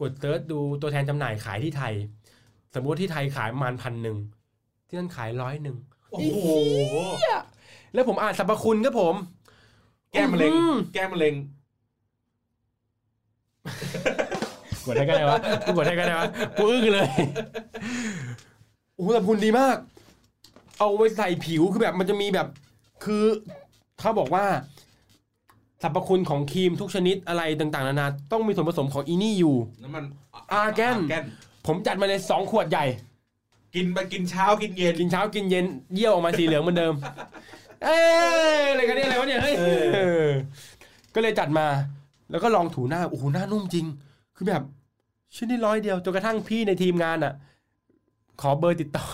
Speaker 2: กดเซิร์ชดูตัวแทนจำหน่ายขายที่ไทย สมมติที่ไทยขายประมาณพันหนึ่งที่นั่นขายร้อยหนึ่ง
Speaker 1: โอ้โห
Speaker 2: แล้วผมอ่านสรรพคุณครับผม
Speaker 1: แก้มะเร็ง
Speaker 2: อื้อหือ
Speaker 1: แก้มะเร็ง
Speaker 2: กดได้กันเลยวะกูกดได้กันเลยวะกูอึ้งเลยโอ้โหสรรพคุณดีมาก เอาไว้ใส่ผิวคือแบบมันจะมีแบบ คือเขาบอกว่าสรรพคุณของครีมทุกชนิดอะไรต่าง ๆ นานาต้องมีส่วนผสมของอีนี่อยู่
Speaker 1: น้ำมัน
Speaker 2: อาแกน ผมจัดมาเลยสองขวดใหญ่
Speaker 1: กินไปกินเช้ากินเย็น
Speaker 2: กินเช้ากินเย็นเยี่ยวออกมาสีเหลืองเหมือนเดิม เอ้ยอะไรกันเนี่ยอะไรวะเนี่ยเฮ้ย
Speaker 1: เออ
Speaker 2: เออก็เลยจัดมา แล้วก็ลองถูหน้าโอ้โหหน้านุ่มจริง คือแบบชิ้นนี้ร้อยเดียวจนกระทั่งพี่ในทีมงานอ่ะ ขอเบอร์ติดต่อ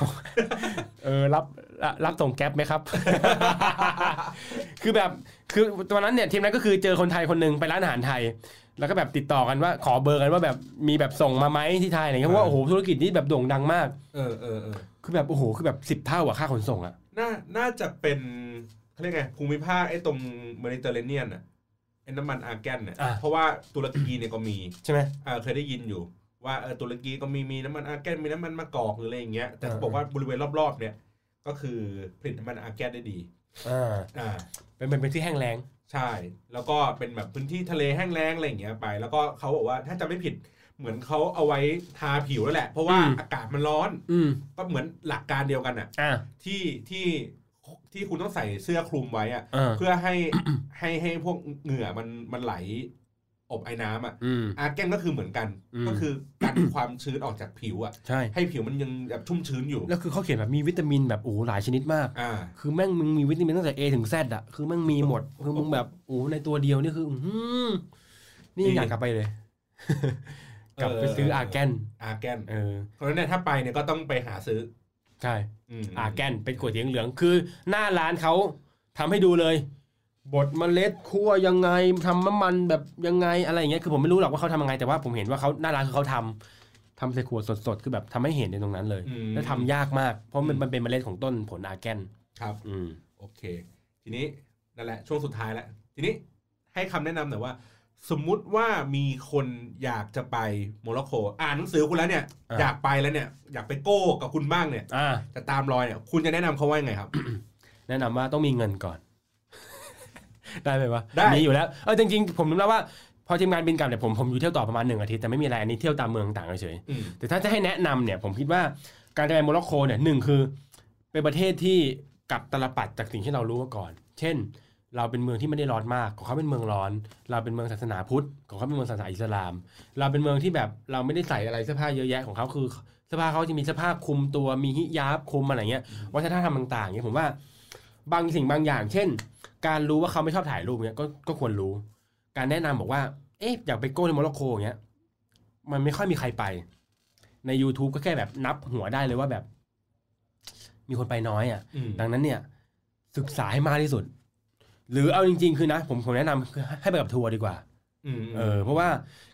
Speaker 2: เออรับรับส่งแก๊ปไหมครับ คือแบบคือตอนนั้นเนี่ยทีมนั้นก็คือเจอคนไทยคนหนึ่งไปร้านอาหารไทย แล้วก็แบบติดต่อกันว่า ขอเบอร์กันว่าแบบมีแบบส่งมาไหมที่ไทยอะไรเงี้ยเพราะว่าโอ้โหธุรกิจนี้แบบโด่งดังมาก
Speaker 1: เออเออเออ
Speaker 2: คือแบบโอ้โหคือแบบสิบเท่าอะค่าขนส่งอะ
Speaker 1: น่า น่าจะเป็นเขาเรียกไง ภูมิภาคไอ้ตรงเมดิเตอร์เรเนียนอ่ะไอ้น้ำมันอาแกนเนี่ย เพราะว่าตุรกีเนี่ยก็มี
Speaker 2: ใช่ไหม
Speaker 1: อ่าเคยได้ยินอยู่ ว่าเออตุรกีก็มีมีน้ำมันอาแกนมีน้ำมันมะกอกหรืออะไรอย่างเงี้ย แต่เขาบอกว่าบริเวณรอบๆ เนี่ย ก็คือผลิตน้ำมันอาแกนได้ดี
Speaker 2: อ่า
Speaker 1: อ่า
Speaker 2: เป็นเป็นเป็นที่แห้งแล้ง
Speaker 1: ใช่ แล้วก็เป็นแบบพื้นที่ทะเลแห้งแล้งอะไรอย่างเงี้ยไป แล้วก็เขาบอกว่าถ้าจำไม่ผิดเหมือนเขาเอาไว้ทาผิวแล้วแหละ เพราะว่าอากาศมันร้อน
Speaker 2: อืม
Speaker 1: ก็เหมือนหลักการเดียวกันอะ
Speaker 2: อ่า
Speaker 1: ที่ที่ ที่คุณต้องใส่เสื้อคลุมไว้อะ
Speaker 2: เออ
Speaker 1: เพื่อให้ ให้ให้พวกเหงื่อมันมันไหลอบไอ้น้ำอ่ะ
Speaker 2: อืม
Speaker 1: อาร์แกนก็คือเหมือนกัน
Speaker 2: อืม
Speaker 1: ก็คือกันความชื้นออกจากผิวอ่ะ
Speaker 2: ใช่
Speaker 1: ให้ผิวมันยังแบบชุ่มชื้นอยู่
Speaker 2: แล้วคือเขาเขียนแบบมีวิตามินแบบโอ้โหหลายชนิดมาก
Speaker 1: อ่า
Speaker 2: คือแม่งมึงมีวิตามินตั้งแต่ A ถึง Z อ่ะ คือแม่งมีหมด คือมึงแบบโอ้โหในตัวเดียวนี่คือ อื้อหือนี่
Speaker 1: นี่
Speaker 2: อยากกลับไปเลย กลับไป
Speaker 1: เออ
Speaker 2: ซื้ออาร์แกน
Speaker 1: อาร์แกน
Speaker 2: เออ
Speaker 1: เพราะฉะนั้นเนี่ยถ้าไปเนี่ยก็ต้องไปหาซื้อ
Speaker 2: ใช่
Speaker 1: อืม
Speaker 2: อาร์แกน เป็นก๋วยเตี๋ยวเหลือง คือหน้าร้านเขาทำให้ดูเลย บดเมล็ดคั่วยังไงทำน้ำมันแบบยังไงอะไรอย่างเงี้ย คือผมไม่รู้หรอกว่าเขาทำยังไง แต่ว่าผมเห็นว่าเขาหน้าร้านคือเขาทำทำใส่ขวดสดๆ คือแบบทำให้เห็นในตรงนั้นเลย
Speaker 1: อืม
Speaker 2: แล้วทำยากมาก เพราะมัน
Speaker 1: อืม
Speaker 2: มันเป็นเมล็ดของต้นผลอาร์แกน
Speaker 1: ครับ
Speaker 2: อืม
Speaker 1: โอเค ทีนี้นั่นแหละช่วงสุดท้ายแล้ว ทีนี้ให้คำแนะนำหน่อยว่า สมมุติว่ามีคนอยากจะไปโมร็อกโกอ่านหนังสือคุณแล้วเนี่ย
Speaker 2: อ่ะ
Speaker 1: อยากไปแล้วเนี่ย อยากไปโก้กับคุณบ้างเนี่ย
Speaker 2: อ่า
Speaker 1: จะตามรอยเนี่ย คุณจะแนะนำเขาว่ายังไงครับ
Speaker 2: แนะนำว่าต้องมีเงินก่อน ได้ไหมวะ
Speaker 1: ได้
Speaker 2: มีอยู่แล้วเออจริงๆผมรู้แล้วว่า พอทีมงานบินกลับเนี่ยผมผมอยู่เที่ยวต่อประมาณหนึ่งอาทิตย์แต่ไม่มีอะไรอันนี้เที่ยวตามเมืองต่างเฉย
Speaker 1: อืม
Speaker 2: ๆแต่ถ้าจะให้แนะนำเนี่ย ผมคิดว่าการจะไปโมร็อกโกเนี่ยหนึ่งคือ เป็นประเทศที่กลับตาลปัดจากสิ่งที่เรารู้มาก่อน เช่น เราเป็นเมืองที่ไม่ได้ร้อนมากของเขาเป็นเมืองร้อน เราเป็นเมืองศาสนาพุทธของเขาเป็นเมืองศาสนาอิสลาม เราเป็นเมืองที่แบบเราไม่ได้ใส่อะไรเสื้อผ้าเยอะแยะของเขาคือเสื้อผ้าเขาจะมีเสื้อผ้าคลุมตัวมีฮิญาบคลุมอะไรเงี้ยวัฒนธรรมต่างๆเงี้ยผมว่า บางสิ่งบางอย่าง เช่น การรู้ว่าเขาไม่ชอบถ่ายรูปเงี้ยก็ก็ควรรู้ การแนะนำบอกว่า เอ๊ะอยากไปโก้ในโมร็อกโกอย่างเงี้ยมันไม่ค่อยมีใครไป ใน YouTube ก็แค่แบบนับหัวได้เลยว่าแบบ มีคนไปน้อยอ่ะ
Speaker 1: อืม
Speaker 2: ดังนั้นเนี่ยศึกษาให้มากที่สุด หรือเอาจริง ๆ คือนะ ผมผมแนะนำคือให้ไปกับทัวร์ดีกว่า
Speaker 1: อืม
Speaker 2: เออเพราะว่า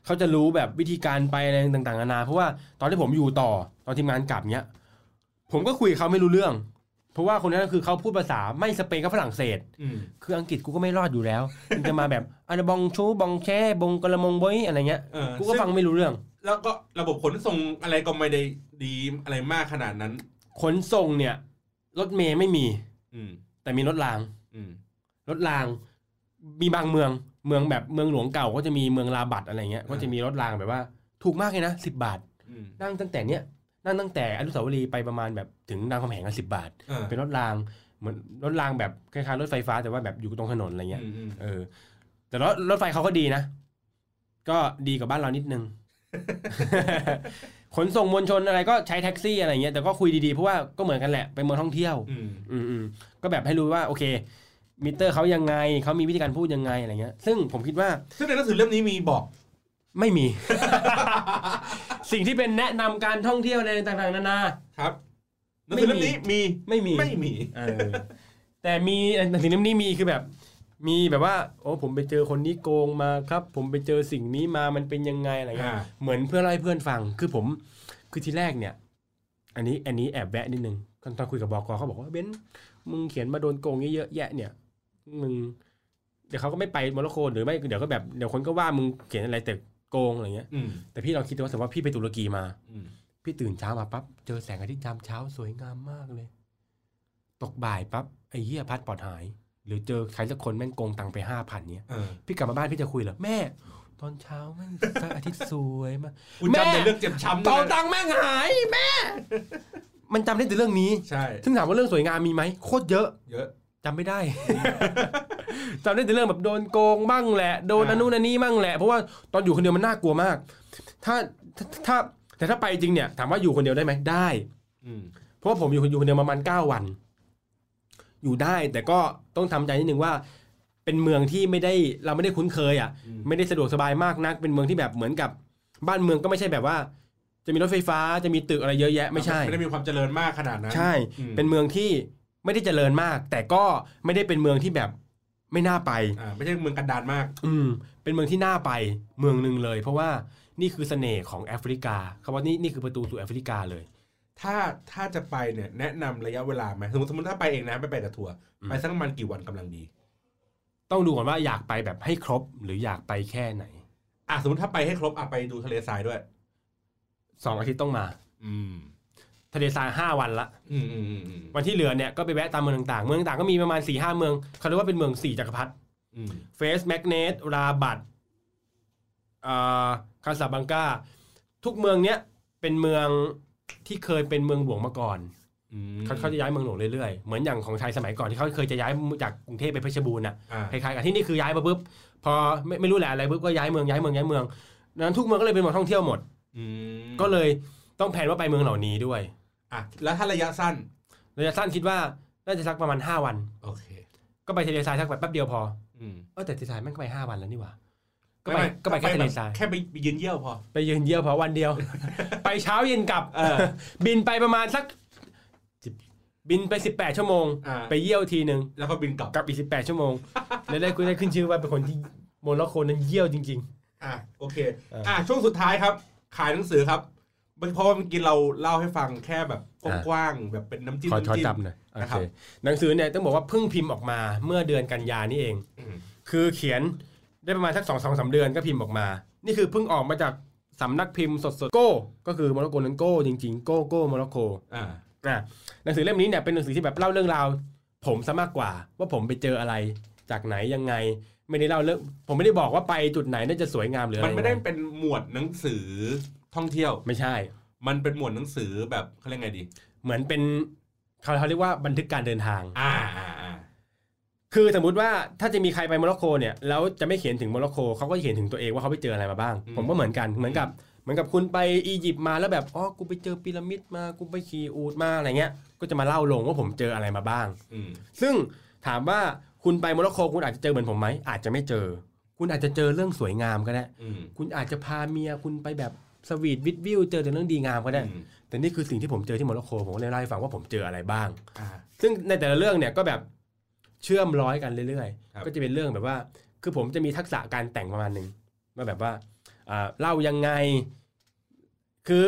Speaker 2: เขาจะรู้แบบวิธีการไปอะไรต่างๆนานาเพราะว่าตอนที่ผมอยู่ต่อตอนทีมงานกลับเนี้ยผมก็คุยกับเขาไม่รู้เรื่อง เพราะว่าคนนั้นคือเขาพูดภาษาไม่สเปนกับฝรั่งเศส
Speaker 1: อืม
Speaker 2: คืออังกฤษกูก็ไม่รอดอยู่แล้วมึงจะมาแบบอะไรบองชูบองแช่บงกระมงบอยอะไรเงี้ย
Speaker 1: เออ
Speaker 2: กูก็ฟัง
Speaker 1: ซึ่
Speaker 2: ไม่รู้เรื่อง
Speaker 1: แล้วก็ระบบขนส่งอะไรก็ไม่ได้ดีอะไรมากขนาดนั้น
Speaker 2: ขนส่งเนี่ยรถเมย์ไม่มี
Speaker 1: อืม
Speaker 2: แต่มีรถราง
Speaker 1: อืม
Speaker 2: รถรางมีบางเมืองเมืองแบบเมืองหลวงเก่าก็จะมีเมืองลาบัดอะไรเงี้ย
Speaker 1: อ่า
Speaker 2: ก็จะมีรถรางแบบว่า ถูกมากเลยนะสิบาท
Speaker 1: อืม
Speaker 2: นั่งตั้งแต่เนี้ยนั่งตั้งแต่อนุสาวรีย์ไปประมาณแบบถึงรางคำแหงกันสิบาท
Speaker 1: อ่า
Speaker 2: เป็นรถรางเหมือนรถรางแบบคล้ายๆรถไฟฟ้าแต่ว่าแบบอยู่ตรงถนนอะไรเงี้ย
Speaker 1: อืมอืม
Speaker 2: เออแต่รถรถไฟเขาก็ดีนะ ก็ดีกว่าบ้านเรานิดนึง ขนส่งมวลชนอะไรก็ใช้แท็กซี่อะไรเงี้ยแต่ก็คุยดีๆเพราะว่าก็เหมือนกันแหละเป็นเมืองท่องเที่ยว
Speaker 1: อืม
Speaker 2: อืมอืมก็แบบให้รู้ว่าโอเค มิเตอร์เขายังไงเขามีวิธีการพูดยังไงอะไรเงี้ย ซึ่งผมคิดว่า
Speaker 1: ซึ่งในหนังสือเล่มนี้มีบอก
Speaker 2: ไม่มี สิ่งที่เป็นแนะนำการท่องเที่ยวในต่างๆนานา
Speaker 1: ครับหนังสือเล่มนี้มี
Speaker 2: ไม่มี
Speaker 1: ไม่มี
Speaker 2: เออแต่มีแต่สิ่งนี้มีคือแบบ มีแบบว่า โอ้ผมไปเจอคนนี้โกงมาครับ ผมไปเจอสิ่งนี้มามันเป็นยังไงอะไรเงี้ย
Speaker 1: อ่า
Speaker 2: เหมือนเพื่อนเล่าให้เพื่อนฟังคือผม คือทีแรกเนี่ย อันนี้อันนี้แอบแวะนิดนึงตอนคุยกับบอกเขาบอกว่าเบนซ์มึงเขียนมาโดนโกงเยอะแยะเนี่ยมึงเดี๋ยวเขาก็ไม่ไปโมร็อกโกหรือไม่เดี๋ยวก็แบบเดี๋ยวคนก็ว่ามึงเขียนอะไรแต่โกงอะไรเงี้ย
Speaker 1: อืม
Speaker 2: แต่พี่เราคิดดูว่าสมมติว่าพี่ไปตุรกีมา
Speaker 1: อืม
Speaker 2: พี่ตื่นเช้ามาปั๊บเจอแสงอาทิตย์ยามเช้าสวยงามมากเลย ตกบ่ายปั๊บไอ้เหี้ยพัดปลอดหาย หรือเจอใครสักคนแม่งโกงตังค์ไปห้าพันเนี้ย
Speaker 1: เออ
Speaker 2: พี่กลับมาบ้านพี่จะคุยเหรอแม่ ตอนเช้าแม่ง พระอาทิตย์สวยมาก
Speaker 1: คุณ
Speaker 2: แม่
Speaker 1: จำในเรื่องเจ็บช้ำ
Speaker 2: ต
Speaker 1: ได้
Speaker 2: อน
Speaker 1: ไหม
Speaker 2: ตังค์แม่งหายแม่ มันจำได้แต่เรื่องนี้
Speaker 1: ใช่
Speaker 2: ซึ่งถามว่าเรื่องสวยงามมีไหมโคตรเยอะ
Speaker 1: เยอะ
Speaker 2: จำไม่ได้ จำได้แต่เรื่องแบบโดนโกงบ้างแหละโดนอ
Speaker 1: อ่า
Speaker 2: นนุนอันนี้บ้างแหละเพราะว่าตอนอยู่คนเดียวมันน่ากลัวมาก ถ้าถ้าถ้าแต่ถ้าไปจริงเนี่ย ถามว่าอยู่คนเดียวได้ไหมได้
Speaker 1: อืม
Speaker 2: เพราะว่าผมอยู่อยู่คนเดียวประมาณเก้าวัน อยู่ได้แต่ก็ต้องทำใจนิดนึงว่า เป็นเมืองที่ไม่ได้เราไม่ได้คุ้นเคยอ่ะ
Speaker 1: อืม
Speaker 2: ไม่ได้สะดวกสบายมากนัก เป็นเมืองที่แบบเหมือนกับ บ้านเมืองก็ไม่ใช่แบบว่า จะมีรถไฟฟ้าจะมีตึกอะไรเยอะแยะไม่ใช่
Speaker 1: ไม่ได้มีความเจริญมากขนาดนั้น
Speaker 2: ใช่
Speaker 1: อืม
Speaker 2: เป็นเมืองที่ไม่ได้เจริญมาก แต่ก็ไม่ได้เป็นเมืองที่แบบไม่น่าไป
Speaker 1: อ่าไม่ใช่เมืองกันดารมาก
Speaker 2: อืม เป็นเมืองที่น่าไปเมืองหนึ่งเลย เพราะว่านี่คือเสน่ห์ของแอฟริกาคำว่านี่นี่คือประตูสู่แอฟริกาเลย
Speaker 1: ถ้าถ้าจะไปเนี่ย แนะนำระยะเวลาไหมสมมติสมมติถ้าไปเองนะไปไปกับทัวร์
Speaker 2: อืม
Speaker 1: ไปสักประมาณกี่วันกำลังดี
Speaker 2: ต้องดูก่อนว่าอยากไปแบบให้ครบหรืออยากไปแค่ไหน
Speaker 1: อ่ะสมมติถ้าไปให้ครบอ่ะไปดูทะเลทรายด้วย
Speaker 2: สองอาทิตย์ต้องมา
Speaker 1: อืม
Speaker 2: ทะเลทรายห้าวันละ
Speaker 1: อืมอืมอืมอืม
Speaker 2: วันที่เหลือเนี่ยก็ไปแวะตามเมืองต่างๆ เมืองต่างๆก็มีประมาณ4ี่ห้าเมืองเขาเรียกว่าเป็นเมืองสี่จักรพรรดิ
Speaker 1: อืม
Speaker 2: เฟสแมกเนตราบัตคาซาบังกาทุกเมืองเนี้ยเป็นเมืองที่เคยเป็นเมืองหลวงมาก่อน
Speaker 1: อืม
Speaker 2: เขาเขาจะย้ายเมืองหลวงเรื่อยๆ เหมือนอย่างของไทยสมัยก่อนที่เขาเคยจะย้ายจากกรุงเทพไปเพชรบูรณ์น่ะ
Speaker 1: อ่า
Speaker 2: คล้ายๆกับที่นี่คือย้ายมาปุ๊บพอไม่ไม่รู้แหละอะไรปุ๊บก็ย้ายเมืองย้ายเมืองย้ายเมืองดังนั้นทุกเมืองก็เลยเป็นเมืองท่องเที่ยวหมด
Speaker 1: อืม
Speaker 2: ก็เลยต้องแผนว่าไปเมืองเหล่านี้ด้วย
Speaker 1: อ่ะแล้วถ้าระยะสั้น
Speaker 2: ระยะสั้นคิดว่าน่าจะสักประมาณ 5 วัน
Speaker 1: โอเค
Speaker 2: ก็ไปทะเลทรายสักแบบแป๊บเดียวพอ
Speaker 1: อืม
Speaker 2: เออแต่ทะเลทรายแม่งก็ไปห้าวันแล้วนี่หว่าก็ไป
Speaker 1: ม่
Speaker 2: ก็ไปแค่ทะเลทราย
Speaker 1: แค่ไปยืนเยี่ยวพอ
Speaker 2: ไปยืนเยี่ยวพอวันเดียว ไปเช้าเย็นกลับ
Speaker 1: เออ
Speaker 2: บินไปประมาณสักบินไป 18 ชั่วโมง
Speaker 1: อ่า
Speaker 2: ไปเยี่ยวทีหนึ่ง
Speaker 1: แล้วก็บินกลับ
Speaker 2: กลับอีก18 ชั่วโมง แล้วได้คุณได้ขึ้นชื่อว่าเป็นคนที่โมร็อกโกนั้นเยี่ยวจริง
Speaker 1: อ่ะโอเค
Speaker 2: เอออ่
Speaker 1: อ่ะช่วงสุดท้ายครับ ขายหนังสือครับเพราะว่าเมื่อกี้เราเล่าให้ฟังแค่แบบ
Speaker 2: อ่ะ
Speaker 1: กว้างๆแบบเป็นน้ำจิ้ม
Speaker 2: ขอขอ
Speaker 1: น้ำจิ้ม
Speaker 2: จำหน่อยโอ
Speaker 1: นะค
Speaker 2: เครับ หนังสือเนี่ยต้องบอกว่าเพิ่งพิมพ์ออกมาเมื่อเดือนกันยานี่เอง
Speaker 1: อืม
Speaker 2: คือเขียนได้ประมาณสักสองสองสามเดือนก็พิมพ์ออกมา นี่คือเพิ่งออกมาจากสำนักพิมพ์สดๆโก้ ก็คือโมร็อกโกนั้นโก้จริงๆ โก้โก้โมร็อกโก
Speaker 1: อ่า
Speaker 2: อ่ะหนังสือเล่มนี้เนี่ยเป็นหนังสือที่แบบเล่าเรื่องราว ผมซะมากกว่า ว่าผมไปเจออะไรจากไหนยังไง ไม่ได้เล่าเรื่องผมไม่ได้บอกว่าไปจุดไหนน่าจะสวยงามหรืออะ
Speaker 1: มั
Speaker 2: ไร
Speaker 1: นไม่ได้เป็นหมวดหนังสือท่องเที่ยว
Speaker 2: ไม่ใช่
Speaker 1: มันเป็นหมวดหนังสือแบบเขาเรียกไงดี
Speaker 2: เหมือนเป็นเขาเขาเรียกว่าบันทึกการเดินทาง
Speaker 1: อ่าอ่าอ่า
Speaker 2: คือสมมุติว่าถ้าจะมีใครไปโมร็อกโกเนี่ยแล้วจะไม่เขียนถึงโมร็อกโกเขาก็จะเขียนถึงตัวเองว่าเขาไปเจออะไรมาบ้าง ผมก็เหมือนกันเหมือนกับเหมือนกับคุณไปอียิปต์มาแล้วแบบอ๋อกูไปเจอพีระมิดมากูไปขี่อูฐมาอะไรเงี้ย ก็จะมาเล่าลงว่าผมเจออะไรมาบ้าง
Speaker 1: อืม
Speaker 2: ซึ่งถามว่าคุณไปโมร็อกโกคุณอาจจะเจอเหมือนผมไหมอาจจะไม่เจอ คุณอาจจะเจอเรื่องสวยงามก็ได้
Speaker 1: อืม
Speaker 2: คุณอาจจะพาเมียคุณไปแบบสวีทวิดวิวเจอแต่เรื่องดีงามก็ได้
Speaker 1: อืม
Speaker 2: แต่นี่คือสิ่งที่ผมเจอที่โมร็อกโกผมก็เลยเล่าให้ฟังว่าผมเจออะไรบ้าง
Speaker 1: อ่า
Speaker 2: ซึ่งในแต่ละเรื่องเนี่ยก็แบบเชื่อมร้อยกันเรื่อย
Speaker 1: ครับ
Speaker 2: ๆ ก็จะเป็นเรื่องแบบว่า คือผมจะมีทักษะการแต่งประมาณหนึ่งว่าแบบว่าอ่าเล่ายังไง คือ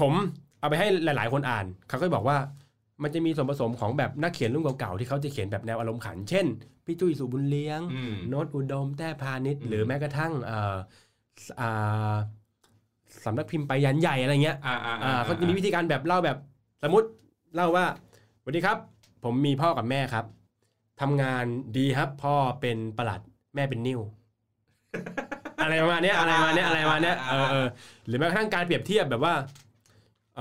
Speaker 2: ผมเอาไปให้หลาย ๆ คนอ่าน เขาก็บอกว่า มันจะมีส่วนผสมของแบบนักเขียนรุ่นเก่าๆที่เขาจะเขียนแบบแนวอารมณ์ขัน เช่นพี่จุ้ยสุบุญเลี้ยง
Speaker 1: อืม
Speaker 2: โนตอุดมแต้พาณิชย์
Speaker 1: อืม
Speaker 2: หรือแม้กระทั่งเอ่อสอ่าสำนักพิมพ์ไปยันใหญ่อะไรเงี้ย
Speaker 1: อ่าอ่า
Speaker 2: อ่าเขาจะมีวิธีการแบบเล่าแบบสมมติเล่าว่าสวัสดีครับ ผมมีพ่อกับแม่ครับทำงานดีครับ พ่อเป็นประหลัดแม่เป็น นิ้ว อะไรประมาณเนี้ยอะไรประมาณเนี้ยอะไรประมาณเนี้ยเออเออหรือแม้กระทั่งการเปรียบเทียบแบบว่าเอ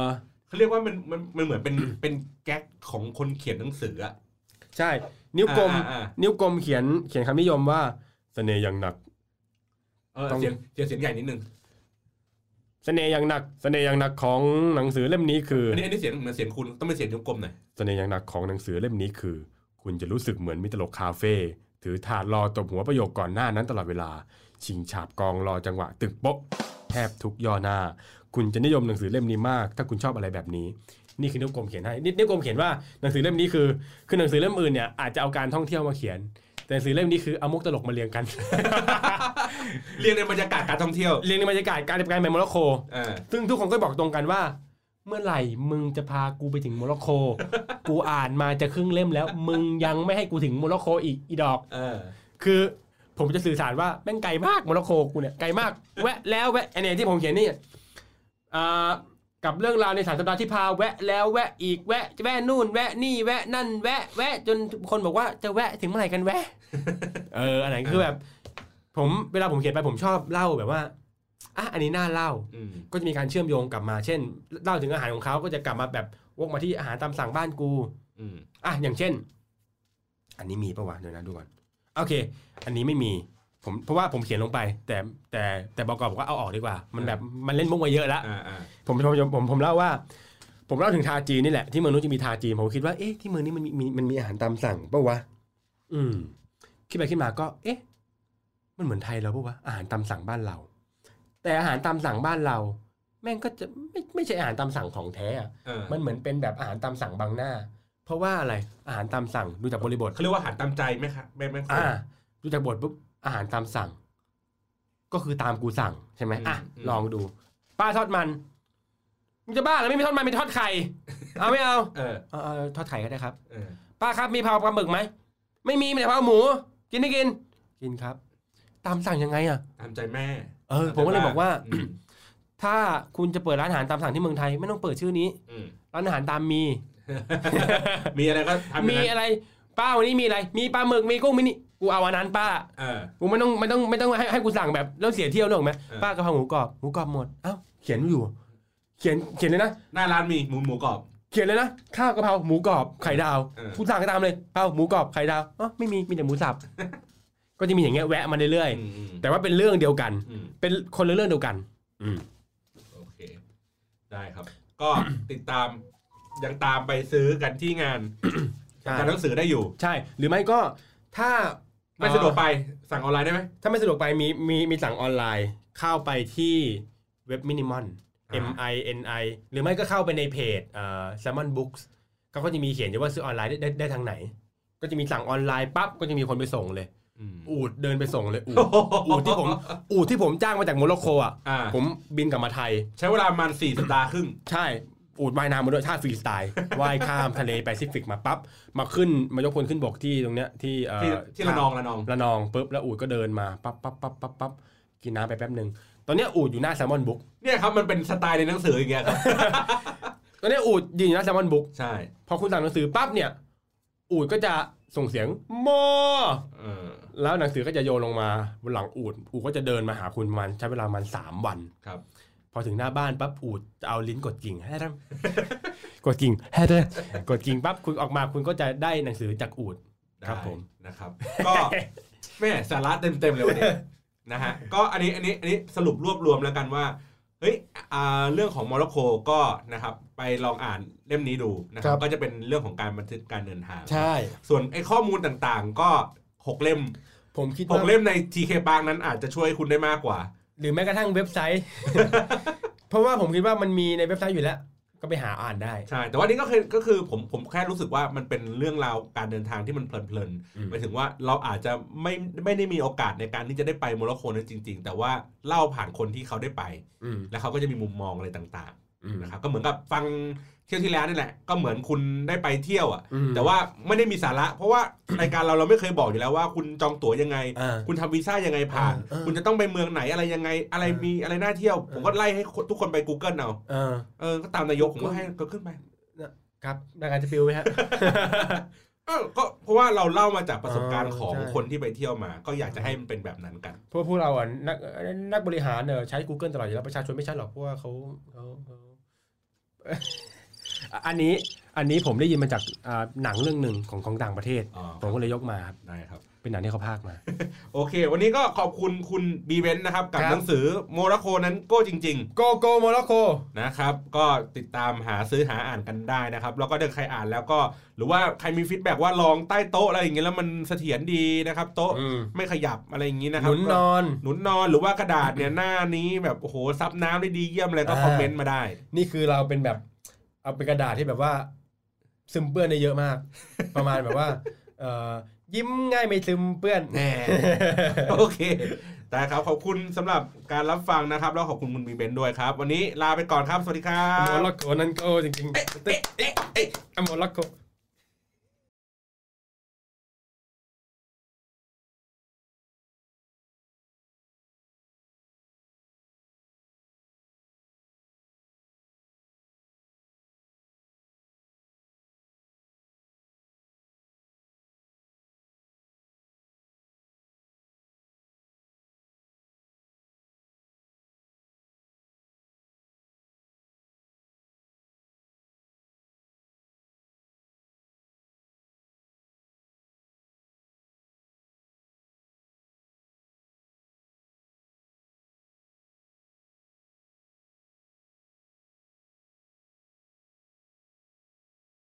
Speaker 2: อ
Speaker 1: เขาเรียกว่ามันมันมันเหมือนเป็นเป็นแก๊กของคนเขียนหนังสืออะ
Speaker 2: ใช่ นิ้วกลม
Speaker 1: อ่าอ่า
Speaker 2: นิ้วกลมเขียนเขียนคำนิยมว่าเสน่ห์อย่างหนัก
Speaker 1: เออ
Speaker 2: ต้อง
Speaker 1: เสียงเสียงเสียงใหญ่นิดนึง
Speaker 2: เสน่ห์อย่างหนัก เสน่ห์อย่างหนักของหนังสือเล่มนี้คือ
Speaker 1: อันนี้อันนี้เสียงเหมือนเสียงคุณต้องเป็นเสียงนิ้วกลมหน่อย
Speaker 2: เสน่ห์อย่างหนักของหนังสือเล่มนี้คือ คุณจะรู้สึกเหมือนมิตลกคาเฟ่ถือถาดรอตบหัวประโยคก่อนหน้านั้นตลอดเวลา ชิงฉาบกองรอจังหวะ ตึกโป๊ะแทบทุกย่อหน้า คุณจะนิยมหนังสือเล่มนี้มาก ถ้าคุณชอบอะไรแบบนี้ นี่คือนิ้วกลมเขียนให้นิดนิ้วกลมเขียนว่าหนังสือเล่มนี้คือคือหนังสือเล่มอื่นเนี่ยอาจจะเอาการท่องเที่ยวมาเขียน แต่หนังสือเล่มนี้คือเอามุกตลกมาเรียงกัน
Speaker 1: เรียงในบรรยากาศการท่องเที่ยว
Speaker 2: เรียงในบรรยากาศการไปโมร็อกโก
Speaker 1: เออ
Speaker 2: ซึ่งทุกคนก็บอกตรงกันว่า เมื่อไหร่มึงจะพากูไปถึงโมร็อก โก กูอ่านมาจะครึ่งเล่มแล้ว มึงยังไม่ให้กูถึงโมร็อกโกอีกอีดอก
Speaker 1: เออ
Speaker 2: คือผมจะสื่อสารว่าแม่งไกลมากโมร็อกโกกูเนี่ยไกลมากแวะแล้วแวะไอเนี่ยที่ผมเขียนนี่อ่ากับเรื่องราวในสารสัปดาห์ที่พาแวะแล้วแวะอีกแวะแวะนู่น แวะนี่แวะนั่นแวะแวะจนคนบอกว่าจะแวะถึงเมื่อไหร่กันแวะ เอออันไหนคือแบบ ผมเวลาผมเขียนไปผมชอบเล่าแบบว่าอ่ะอันนี้น่าเล่า
Speaker 1: อืม
Speaker 2: ก็จะมีการเชื่อมโยงกลับมา เช่น เล่าถึงอาหารของเขาก็จะกลับมาแบบวกมาที่อาหารตามสั่งบ้านกู
Speaker 1: อืม
Speaker 2: อ่ะ อย่างเช่น อันนี้มีปะวะเดี๋ยวนะดูก่อน โอเค อันนี้ไม่มี ผมเพราะว่าผมเขียนลงไป แต่แต่แต่บกบอกว่าเอาออกดีกว่า มันแบบมันเล่นมุกมาเยอะแล้ว
Speaker 1: อ่าอ่า
Speaker 2: ผมผมผมผมผมเล่าว่า ผมเล่าถึงทาจีนนี่แหละที่เมืองนู้นจะมีทาจีนผมก็คิดว่าเอ๊ะที่เมืองนี้มันมีมีมันมีอาหารตามสั่งปะวะอืมคิดไปคิดมาก็ เอ๊ะ มันเหมือนไทยเราปะวะอาหารตามสั่งบ้านเรา แต่อาหารตามสั่งบ้านเรา แม่งก็จะไม่ไม่ใช่อาหารตามสั่งของแท้อะ
Speaker 1: เออ
Speaker 2: มันเหมือนเป็นแบบอาหารตามสั่งบางหน้า เพราะว่าอะไรอาหารตามสั่งดูจากบริบท
Speaker 1: เขาเรียกว่าอาหารตามใจไหมคะไม่ไม่ค่ย
Speaker 2: อ่าดูจากบทปุ๊บอาหารตามสั่ง ก็คือตามกูสั่งใช่ไหมอ่ะ
Speaker 1: อืม
Speaker 2: ลองดู ป้าทอดมันมึงจะบ้าเหรือไม่มีทอดมันมีทอดไข่ เอาไม่เอา
Speaker 1: เออ
Speaker 2: เอาเอาทอดไข่ก็ได้ครับ
Speaker 1: เออ
Speaker 2: ป้าครับมีเผาปลาหมึกไหมไม่มีมีแต่เผาหมู กินไม่กิน กินครับ ตามสั่งยังไงอ่ะ
Speaker 1: ตามใจแม่
Speaker 2: เออผมก็เลยบอกว่า
Speaker 1: อืม
Speaker 2: ถ้าคุณจะเปิดร้านอาหารตามสั่งที่เมืองไทย ไม่ต้องเปิดชื่อนี้
Speaker 1: อื ม
Speaker 2: ร้านอาหารตามมี
Speaker 1: มีอะไรก็ทำอย่าง
Speaker 2: มี
Speaker 1: นั้น
Speaker 2: อะไร ป้าวันนี้มีอะไร มีปลาหมึกมีกุ้งมีนี่กูเอาอันนั้นป้า
Speaker 1: เออ
Speaker 2: กูไม่ต้องไม่ต้องไม่ต้องให้ให้กูสั่งแบบแล้วเสียเที่ยวนึกออกไหม
Speaker 1: เออ
Speaker 2: ป้ากะเพราหมูกรอบหมูกรอบหมดเอ้าเขียนอยู่ เขียนเขียนเลยนะ
Speaker 1: หน้าร้านมีหมูหมูกรอบ
Speaker 2: เขียนเลยนะข้าวกะเพราหมูกรอบไข่ดาว
Speaker 1: เออ
Speaker 2: คุณสั่งก็ตามเลยเอ้าหมูกรอบไข่ดาวอ๋อไม่มีมีแต่หมูสับ ก็จะมีอย่างเงี้ยแวะมาเรื่อย
Speaker 1: อืมอืม
Speaker 2: ๆแต่ว่าเป็นเรื่องเดียวกัน
Speaker 1: อืม
Speaker 2: เป็นคนละเรื่องเดียวกันอืม
Speaker 1: โอเค ได้ครับ ก็ ติดตามยังตามไปซื้อกันที่งาน
Speaker 2: ใช่
Speaker 1: การหนังสือได้อยู่
Speaker 2: ใช่ หรือไม่ก็ถ้า
Speaker 1: ไม่สะดวกไปสั่งออนไลน์ได้ไหม
Speaker 2: ถ้าไม่สะดวกไปมีมีมีสั่งออนไลน์เข้าไปที่เว็บมินิมอน
Speaker 1: อ่า
Speaker 2: M I N I หรือไม่ก็เข้าไปในเพจเอ่อ Salmon Books เขาก็จะมีเขียนอยู่ว่าซื้อออนไลน์ได้ได้ได้ทางไหน ก็จะมีสั่งออนไลน์ปั๊บก็จะมีคนไปส่งเลย
Speaker 1: อืม
Speaker 2: อูดเดินไปส่งเลยอูด อูดที่ผมอูดที่ผมจ้างมาจากโมร็อกโกอ่ะ
Speaker 1: อ่า
Speaker 2: ผมบินกลับมาไทย
Speaker 1: ใช้เวลาประมันสี่สัปดาห์ครึ่ง
Speaker 2: ใช่ อูดว่ายน้ำมาด้วยท่าฟรีสไตล์ ว่ายข้ามทะเลแปซิฟิกมาปั๊บ มาขึ้น มายกพลขึ้นบกที่ตรงเนี้ยที่เอ่อ
Speaker 1: ที่ที่ระนองระนอง
Speaker 2: ระนองปุ๊บแล้วอูดก็เดินมาปั๊บปั๊บปั๊บปั๊บปั๊บกินน้ำไปแป๊บหนึ่งตอนเนี้ยอูดอยู่หน้าแซลมอนบุ๊ก
Speaker 1: เนี่ยครับมันเป็นสไตล์ในหนังสืออย่างเงี้ยครับ
Speaker 2: ตอนเนี้ยอูดยืนอยู่หน้าแซลมอนบุ๊ก
Speaker 1: ใช่
Speaker 2: พอคุณสั่งหนังสือปั๊บเนี่ย อูดก็จะส่งเสียงโม
Speaker 1: เออ
Speaker 2: แล้วหนังสือก็จะโยนลงมาบนหลังอูดอูดก็จะเดินมาหาคุณประมาณใช้เวลาประมาณสามวัน
Speaker 1: ครับ
Speaker 2: พอถึงหน้าบ้านปั๊บอูดจะเอาลิ้นกดกิ่งแฮะกดกิ่งแฮะกดกิ่งปั๊บคุณออกมาคุณก็จะได้หนังสือจากอูด ครับ
Speaker 1: ได้
Speaker 2: ผม
Speaker 1: นะครับ ก็ แม่สาระเต็มเต็มๆเลยวัน นี้ นะฮะก็อันนี้อันนี้อันนี้สรุปรวบรวมแล้วกันว่าเฮ้ยอ่าเรื่องของโมร็อกโกก็นะครับไปลองอ่านเล่มนี้ดูนะครั
Speaker 2: ครับ บ
Speaker 1: ก็จะเป็นเรื่องของการบันทึกการเดินทาง ส่วนไอ้ข้อมูลต่างๆ ก็ 6 เล่ม
Speaker 2: ผมคิดว่า
Speaker 1: 6 เล่มใน TK ปางนั้นอาจจะช่วยคุณได้มากกว่า
Speaker 2: หรือแม้กระทั่งเว็บไซต์ เพราะว่าผมคิดว่ามันมีในเว็บไซต์อยู่แล้ว ก็ไปหาอ่านได้
Speaker 1: ใช่ แต่ว่านี่ก็คือก็คือผมผมแค่รู้สึกว่ามันเป็นเรื่องราวการเดินทางที่มันเพลิน
Speaker 2: อืม
Speaker 1: ๆหมายถึงว่าเราอาจจะไม่ไม่ได้มีโอกาสในการที่จะได้ไปโมร็อกโกนั้นจริง ๆ แต่ว่าเล่าผ่านคนที่เขาได้ไป
Speaker 2: อืม
Speaker 1: แล้วเขาก็จะมีมุมมองอะไรต่าง
Speaker 2: อืม
Speaker 1: ๆนะครับก็เหมือนกับฟังเที่ยวที่แล้วนี่แหละ ก็เหมือนคุณได้ไปเที่ยวอ่ะ
Speaker 2: อืม
Speaker 1: แต่ว่าไม่ได้มีสาระ เพราะว่า รายการเราเราไม่เคยบอกอยู่แล้วว่า คุณจองตั๋วยังไง
Speaker 2: อ่า
Speaker 1: คุณทำวีซ่ายังไงผ่าน
Speaker 2: เออเออ
Speaker 1: คุณจะต้องไปเมืองไหนอะไรยังไง อะไร
Speaker 2: เออ
Speaker 1: มีอะไรน่าเที่ยว
Speaker 2: เออ
Speaker 1: ผมก็ไล่ให้ทุกคนไป Google เอา
Speaker 2: เออ
Speaker 1: เออ ก็ตามนายกผม
Speaker 2: ก็
Speaker 1: ก็ให้ก็ขึ้นไป
Speaker 2: ครับรายการจะฟิวไหม ฮะ
Speaker 1: เออ ก็เพราะว่าเราเล่ามาจากประสบการณ์
Speaker 2: เออ
Speaker 1: ของ
Speaker 2: ใช่
Speaker 1: คนที่ไปเที่ยวมา ก็อยากจะให้มันเป็นแบบนั้นกัน
Speaker 2: เพราะพวกเราอ่ะนักนักบริหารเนอะใช้ Google ตลอดอยู่แล้วประชาชนไม่ใช่หรอกเพราะว่าเขาเขาเขา อ่ะอันนี้อันนี้ผมได้ยินมาจากอ่าหนังเรื่องหนึ่งของของต่างประเทศ
Speaker 1: อ๋อ
Speaker 2: ผมก็เลยยกมาครับ
Speaker 1: ได้ครับ
Speaker 2: เป็นหนังที่เขาพากย์มา
Speaker 1: โอเค วันนี้ก็ขอบคุณคุณบีเวนนะครับ กับ
Speaker 2: ครับ
Speaker 1: หนังสือโมร็อกโกนั้นโก้จริง ๆ
Speaker 2: โกโกโมร็อกโก
Speaker 1: นะครับ ก็ติดตามหาซื้อหาอ่านกันได้นะครับ แล้วก็ถ้าใครอ่านแล้วก็ หรือว่าใครมีฟีดแบ็กว่าลองใต้โต๊ะอะไรอย่างเงี้ยแล้วมันเสถียรดีนะครับ โต๊ะไม่ขยับอะไรอย่างงี้
Speaker 2: ห
Speaker 1: นะครับ
Speaker 2: นุนนอน
Speaker 1: หนุนนอนหรือว่ากระดาษเนี่ยหน้านี้แบบโอ้โหซับน้ำได้ดีเยี่ยมเลยก็
Speaker 2: อ่า
Speaker 1: คอมเมนต์มาได้
Speaker 2: นี่คือเราเป็นแบบเอาเป็นกระดาษที่แบบว่า ซึมเปื้อนได้เยอะมาก ประมาณแบบว่า เอ่อยิ้มง่ายไม่ซึมเปื้อน
Speaker 1: แน่ โอเคได้ครับขอบคุณสำหรับการรับฟังนะครับ แล้วขอบคุณคุณบีเบนด้วยครับ วันนี้ลาไปก่อนครับ สวัสดีครั
Speaker 2: โม
Speaker 1: บ
Speaker 2: ร็อกโกนั่นโกจริงๆเอ๊ะเอ๊ะเอ๊ะเอ๊ะโมร็อกโก